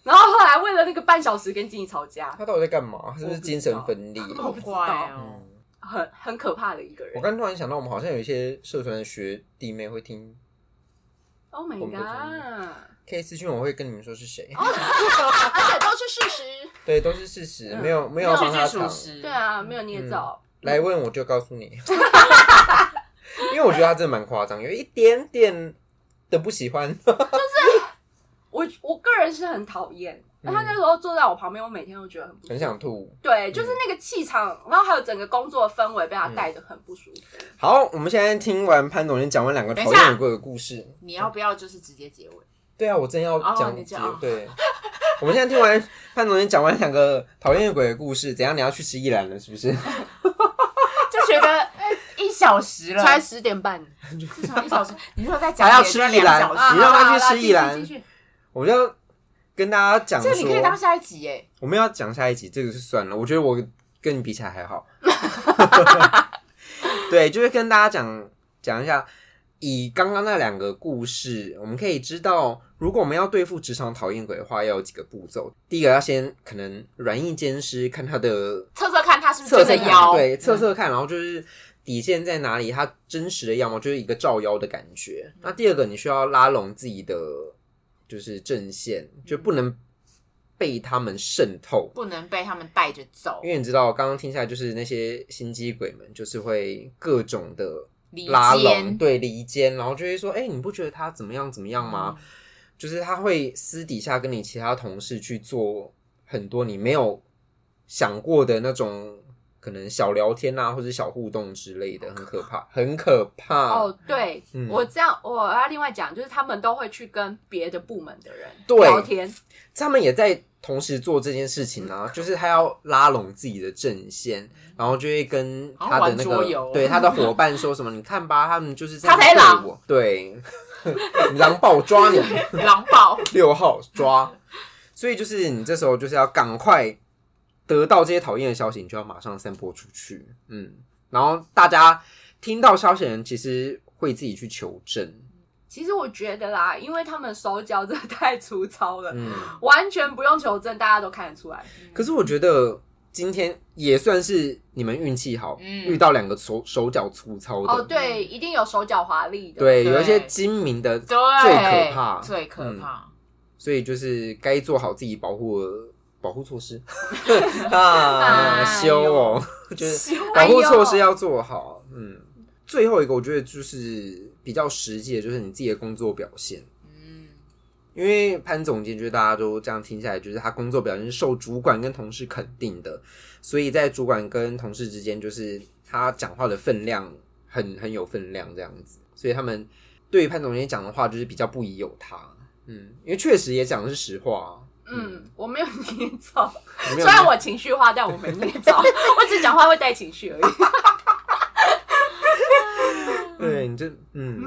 Speaker 3: 然后后来为了那个半小时跟经理吵架，
Speaker 1: 他到底在干嘛？是不是精神分裂？
Speaker 2: 好怪哦！
Speaker 1: 嗯
Speaker 3: 很很可怕的一个
Speaker 1: 我
Speaker 3: 人。
Speaker 1: 刚突然想到，我们好像有一些社团的学弟妹会听
Speaker 3: Oh
Speaker 1: 我
Speaker 3: my
Speaker 1: 们都是
Speaker 3: god！
Speaker 1: K 私讯，我会跟你们说是谁，
Speaker 3: 而且都是事实。
Speaker 1: 对，都是事实，没有没有
Speaker 2: 去
Speaker 1: 嗯帮他
Speaker 2: 去属
Speaker 1: 挡。
Speaker 2: 实，
Speaker 3: 对啊，没有捏造。
Speaker 1: 来问我就告诉你， 因为我觉得他真的蛮夸张，有一点点的不喜欢。
Speaker 3: 我我个人是很讨厌，他那时候坐在我旁边，我每天都觉得很不舒服
Speaker 1: 嗯很想吐。
Speaker 3: 对，就是那个气场，然后还有整个工作氛围被他带的很不舒服。
Speaker 1: 好，我们现在听完潘总监讲完两个讨厌女鬼的故事。
Speaker 2: 你要不要就是直接结尾？
Speaker 1: 对啊，我真要
Speaker 2: 哦
Speaker 1: 讲
Speaker 2: 你
Speaker 1: 解、
Speaker 2: 讲哦
Speaker 1: 对， 我们现在听完潘总监讲完两个讨厌女鬼的故事，怎样？你要去吃一兰了是不 是？
Speaker 2: 就觉得哎一小时了，
Speaker 3: 才十点半，
Speaker 2: 至少一小时。你说再讲
Speaker 1: 还要
Speaker 2: 也
Speaker 1: 吃
Speaker 2: 就
Speaker 1: 一
Speaker 2: 两
Speaker 1: 兰，
Speaker 2: 小时，
Speaker 1: 你让
Speaker 3: 啊
Speaker 1: 他去吃一
Speaker 2: 好啦
Speaker 1: 兰
Speaker 2: 继续，继续
Speaker 1: 我就要跟大家讲
Speaker 2: 这个你可以当
Speaker 1: 说，
Speaker 2: 下一集耶。
Speaker 1: 我们要讲下一集，这个是算了。我觉得我跟你比起来还 好。 对，就是跟大家讲讲一下，以刚刚那两个故事，我们可以知道，如果我们要对付职场讨厌鬼的话，要有几个步骤。第一个要先可能软硬兼施，看他的
Speaker 2: 测测看他是不是
Speaker 1: 测
Speaker 2: 真
Speaker 1: 测
Speaker 2: 的
Speaker 1: 看
Speaker 2: 妖，
Speaker 1: 对，测测看，然后就是底线在哪里，它真实的样貌就是一个照妖的感觉。那第二个，你需要拉拢自己的就是阵线，就不能被他们渗透，
Speaker 2: 不能被他们带着走
Speaker 1: 因，为你知道，刚刚听下来就是那些心机鬼们，就是会各种的
Speaker 2: 离
Speaker 1: 拉拢，
Speaker 2: 间
Speaker 1: 对离间，然后就会说，哎、你不觉得他怎么样怎么样吗？就是他会私底下跟你其他同事去做很多你没有想过的那种可能小聊天啊，或者小互动之类的，很可怕，很可怕。
Speaker 3: 哦，对
Speaker 1: 嗯
Speaker 3: 我这样，我要另外讲，就是他们都会去跟别的部门的人
Speaker 1: 对
Speaker 3: 聊天，
Speaker 1: 他们也在同时做这件事情啊，就是他要拉拢自己的阵线，然后就会跟他的那
Speaker 2: 好像玩桌
Speaker 1: 个、
Speaker 2: 游
Speaker 1: 对他的伙伴说什么，你看吧，他们就是这
Speaker 2: 他才
Speaker 1: 样
Speaker 2: 狼
Speaker 1: 对我，对， 狼暴抓你，
Speaker 2: 狼堡，
Speaker 1: 六号抓，所以就是你这时候就是要赶快得到这些讨厌的消息，你就要马上散播出去，嗯，然后大家听到消息的人其实会自己去求证，
Speaker 3: 其实我觉得啦，因为他们手脚真的太粗糙了，
Speaker 1: 嗯。
Speaker 3: 完全不用求证，大家都看得出来。
Speaker 1: 可是我觉得今天也算是你们运气好，
Speaker 2: 嗯
Speaker 1: 遇到两个手手脚粗糙的，
Speaker 3: 哦，对，一定有手脚华丽的。
Speaker 1: 对，
Speaker 2: 对
Speaker 1: 有一些精明的，
Speaker 2: 对，
Speaker 1: 最可怕嗯
Speaker 2: 最可怕。
Speaker 1: 所以就是该做好自己保护的保护措施 啊，修哦， 就是 保护措
Speaker 3: 哎
Speaker 1: 施要做好，嗯。最后一个，我觉得就是比较实际的，就是你自己的工作表现。
Speaker 2: 嗯，
Speaker 1: 因为潘总监，就是大家都这样听下来，就是他工作表现是受主管跟同事肯定的，所以在主管跟同事之间，就是他讲话的分量很很有分量这样子，所以他们对于潘总监讲的话，就是比较不疑有他，嗯，因为确实也讲的是实话啊，
Speaker 3: 嗯，我没有捏造，虽
Speaker 1: 没有
Speaker 3: 然我情绪化，但我没捏造， 我只是讲话会带情绪 而已。
Speaker 1: 对你这嗯，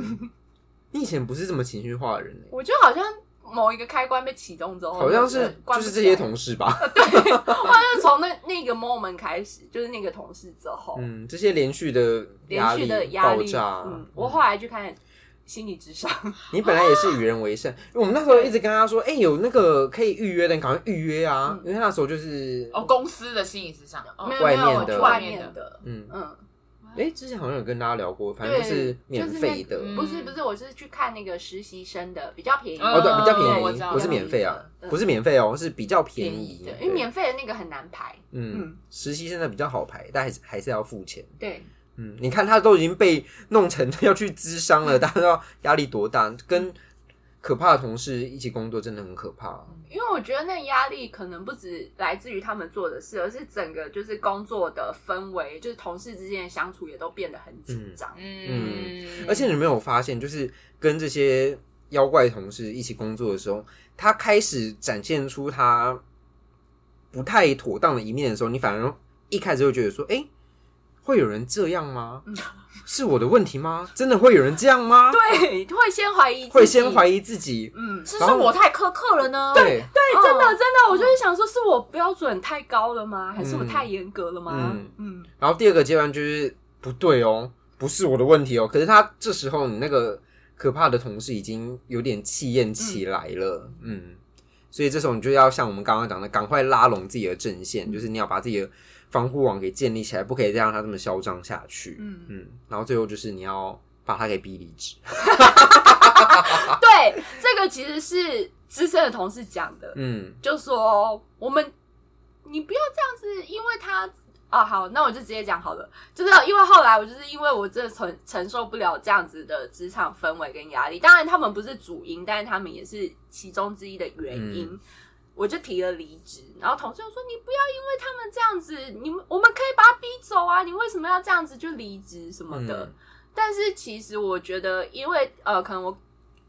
Speaker 1: 你以前不是这么情绪化的人、欸，
Speaker 3: 我就好像某一个开关被启动之后，
Speaker 1: 好像是
Speaker 3: 哦关
Speaker 1: 就
Speaker 3: 不
Speaker 1: 是
Speaker 3: 起
Speaker 1: 这
Speaker 3: 来
Speaker 1: 些，同事吧，
Speaker 3: 好像是从那那个 moment 开始，就是那个同事之后，
Speaker 1: 嗯，这些连续的压
Speaker 3: 连
Speaker 1: 力
Speaker 3: 续的压
Speaker 1: 爆
Speaker 3: 力，
Speaker 1: 炸，啊
Speaker 3: 嗯，我后来去看心理智商，
Speaker 1: 你本来也是与人为善， 因为我们那时候一直跟他说，哎、有那个可以预约的，你赶快预约啊！
Speaker 3: 嗯
Speaker 1: 因为那时候就是，
Speaker 2: 哦，公司的心理智商，哦
Speaker 3: 没有没有，
Speaker 1: 外面
Speaker 3: 我
Speaker 1: 的
Speaker 3: 去 外
Speaker 2: 外面
Speaker 3: 面的，
Speaker 1: 嗯，
Speaker 3: 嗯，
Speaker 1: 哎、之前好像有跟大家聊过，反正
Speaker 3: 对，
Speaker 1: 就
Speaker 3: 就是
Speaker 1: 免费的，
Speaker 2: 嗯
Speaker 3: 那不是不是，我是去看那个实习生的，比较便宜，
Speaker 1: 哦，对，比较
Speaker 2: 嗯我
Speaker 1: 便
Speaker 2: 知
Speaker 1: 宜，
Speaker 2: 道
Speaker 1: 不是免费啊，
Speaker 3: 嗯
Speaker 1: 不是免费哦，是比较便宜，
Speaker 2: 便宜的
Speaker 3: 因为
Speaker 1: 对
Speaker 3: 免费的那个很难排，
Speaker 1: 嗯
Speaker 3: 嗯，
Speaker 1: 实习生的比较好排，但还是还是要付钱。
Speaker 3: 对，
Speaker 1: 嗯，你 看他都已经被弄成要去咨商了，大家知道压力多大，跟可怕的同事一起工作真的很可怕。
Speaker 3: 因为我觉得那压力可能不止来自于他们做的事，而是整个就是工作的氛围，就是同事之间的相处也都变得很紧张。
Speaker 1: 嗯而且你有没有发现，就是跟这些妖怪同事一起工作的时候，他开始展现出他不太妥当的一面的时候，你反而一开始会觉得说，哎、会有人这样吗？是我的问题吗？真的会有人这样吗？
Speaker 3: 对，会先怀疑，
Speaker 1: 会先怀，疑自己。
Speaker 3: 嗯，哦
Speaker 5: 是
Speaker 1: 然
Speaker 5: 说
Speaker 1: 后
Speaker 5: 我太苛刻了呢？，
Speaker 1: 对，
Speaker 3: 对，真的真的，我就是想说，是我标准太高了吗？还是我太严格了吗
Speaker 1: 嗯？
Speaker 3: 嗯，
Speaker 1: 然后第二个阶段就是不对哦，不是我的问题哦。可是他这时候你那个可怕的同事已经有点气焰起来了，嗯所以这时候你就要像我们刚刚讲的，赶快拉拢自己的阵
Speaker 3: 嗯
Speaker 1: 线，就是你要把自己的防护网给建立起来，不可以再让他这么嚣张下去，嗯嗯。然后最后就是你要把他给逼离 职，
Speaker 3: 对，这个其实是资深的同事讲的，
Speaker 1: 嗯
Speaker 3: 就说我们你不要这样子，因为他啊好，那我就直接讲好了，就是因为后来我就是因为我真的承承受不了这样子的职场氛围跟压力，当然他们不是主因，但是他们也是其中之一的原因。我就提了离职，然后同事就说：“你不要因为他们这样子，你们我们可以把他逼走啊！你为什么要这样子就离职什么的？”
Speaker 1: 嗯
Speaker 3: 但是其实我觉得，因为呃，可能我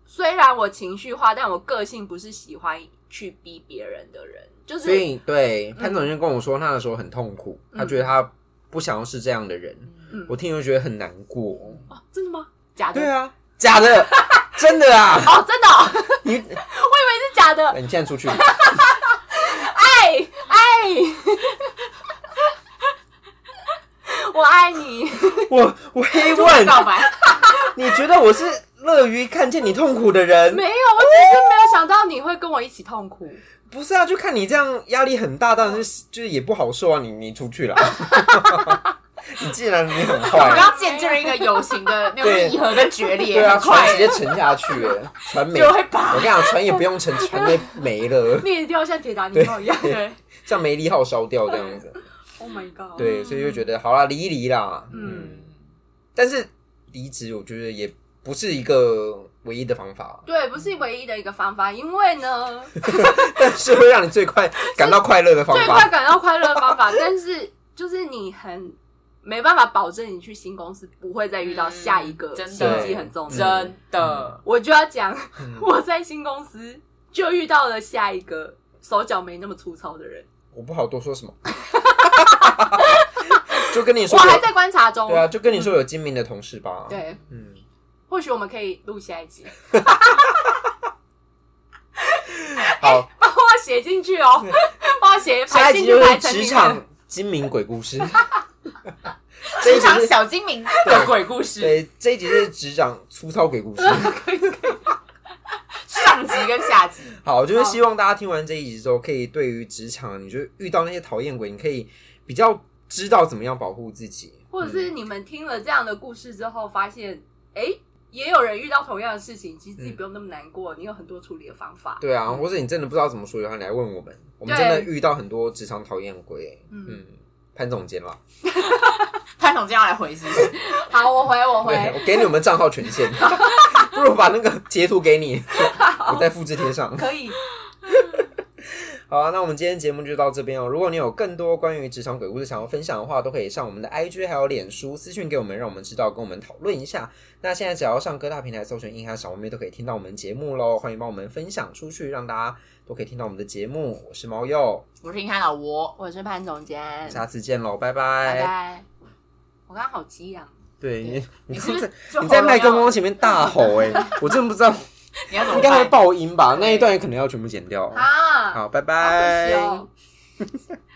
Speaker 3: 虽然我情绪化，但我个性不是喜欢去逼别人的人，就是嗯
Speaker 1: 所以对潘总监跟我说，他那时候很痛苦，他觉得他不想要是这样的人，
Speaker 3: 嗯
Speaker 1: 我听了觉得很难过。
Speaker 3: 哦，真的吗？假的？
Speaker 1: 对啊，假的，真的啊。
Speaker 3: 哦，真的、哦，
Speaker 1: 你
Speaker 3: 是假的。
Speaker 1: 哎你现在出去，
Speaker 3: 哎 哎，我爱 你。
Speaker 1: 我我黑
Speaker 4: 我
Speaker 1: 问，
Speaker 4: 告白，
Speaker 1: 你觉得我是乐于看见你痛苦的人
Speaker 3: 没？有，我只是没有想到你会跟我一起痛苦。
Speaker 1: 不是啊，就看你这样压力很大，当然是就是也不好受啊。你你出 去了，你既然你很
Speaker 4: 我
Speaker 1: 坏，
Speaker 4: 刚见证了一个有形的那种
Speaker 1: 对
Speaker 4: 义和跟决裂，
Speaker 1: 对啊，
Speaker 4: 很快
Speaker 1: 船直接沉下去了，船 没。
Speaker 4: 就会
Speaker 1: 我
Speaker 4: 拔
Speaker 1: 跟你讲，船也不用 沉，船也没了，
Speaker 3: 你也掉像铁达尼号一样。
Speaker 1: 对像梅利号烧掉这样子。
Speaker 3: Oh my god！，
Speaker 1: 对，所以就觉得好啦，离一离啦。
Speaker 3: 嗯，
Speaker 1: 但是离职，我觉得也不是一个唯一的方法，
Speaker 3: 对，不是唯一的一个方法，因为呢，
Speaker 1: 但是会让你最快感到快乐的方
Speaker 3: 最
Speaker 1: 法
Speaker 3: 快。感到快乐的方法， 但是就是你很没办法保证你去新公司不会再遇到下一个
Speaker 4: 嗯真的
Speaker 3: 心机很重的人。
Speaker 4: 真的，
Speaker 3: 我就要讲，
Speaker 1: 嗯
Speaker 3: 我在新公司就遇到了下一个手脚没那么粗糙的人，
Speaker 1: 我不好多说什么， 就跟你
Speaker 3: 我
Speaker 1: 说有，
Speaker 3: 还在观察中。
Speaker 1: 对啊，就跟你说有精明的同事吧。，
Speaker 3: 对
Speaker 1: 嗯，
Speaker 3: 或许我们可以录下一集，
Speaker 1: 好，
Speaker 3: 把我写进去哦， 把我写
Speaker 1: 下
Speaker 3: 排
Speaker 1: 一集
Speaker 3: 进
Speaker 1: 就
Speaker 3: 去
Speaker 1: 是
Speaker 3: 排成里
Speaker 1: 职
Speaker 3: 面
Speaker 1: 场精明鬼故 事。这一
Speaker 5: 职
Speaker 1: 集
Speaker 5: 场
Speaker 1: 是
Speaker 5: 小精明，
Speaker 4: 的鬼故事，
Speaker 1: 对，这一集是职场粗糙鬼故事。
Speaker 4: 上集跟下集，
Speaker 1: 好，就是希望大家听完这一集之后，可以对于职场，你就遇到那些讨厌鬼，你可以比较知道怎么样保护自己，
Speaker 3: 或者是你们听了这样的故事之后，发现哎、诶也有人遇到同样的事情，其实
Speaker 1: 嗯
Speaker 3: 自己不用那么难过，你有很多处理的方法。
Speaker 1: 对啊，或者你真的不知道怎么说的话，你来问我们，我们
Speaker 3: 对
Speaker 1: 真的遇到很多职场讨厌鬼。
Speaker 3: 嗯
Speaker 1: 嗯，潘总监啦。
Speaker 4: 潘总这样来回是不是？
Speaker 3: 好，我回，我
Speaker 1: 对，
Speaker 3: 回，
Speaker 1: 我给你们账号权限，不如我把那个截图给你，我再复制贴上。
Speaker 3: 可以，
Speaker 1: 好、啊，那我们今天节目就到这边哦。如果你有更多关于职场鬼故事想要分享的话，都可以上我们的 IG 还有脸书私讯给我们，让我们知道，跟我们讨论一下。那现在只要上各大平台搜寻“硬汉小妹妹”，都可以听到我们节目喽。欢迎帮我们分享出去，让大家都可以听到我们的节目。我是猫鼬，
Speaker 4: 我是你看老窝，
Speaker 3: 我是潘总监，
Speaker 1: 下次见喽，拜
Speaker 3: 嗯拜
Speaker 1: 拜。
Speaker 3: 拜。我刚刚好激昂，
Speaker 1: 对你，你
Speaker 4: 你是不
Speaker 1: 刚
Speaker 4: 是
Speaker 1: 在
Speaker 4: 就
Speaker 1: 你在麦克
Speaker 4: 喉咙
Speaker 1: 风
Speaker 4: 要
Speaker 1: 前面大 吼哎、我真的不知道，
Speaker 4: 你要怎么
Speaker 1: 应该会
Speaker 4: 办？
Speaker 1: 爆音吧？那一段也可能要全部剪掉。
Speaker 3: 啊，
Speaker 1: 好，拜
Speaker 3: 好可惜
Speaker 1: 拜。
Speaker 3: 哦。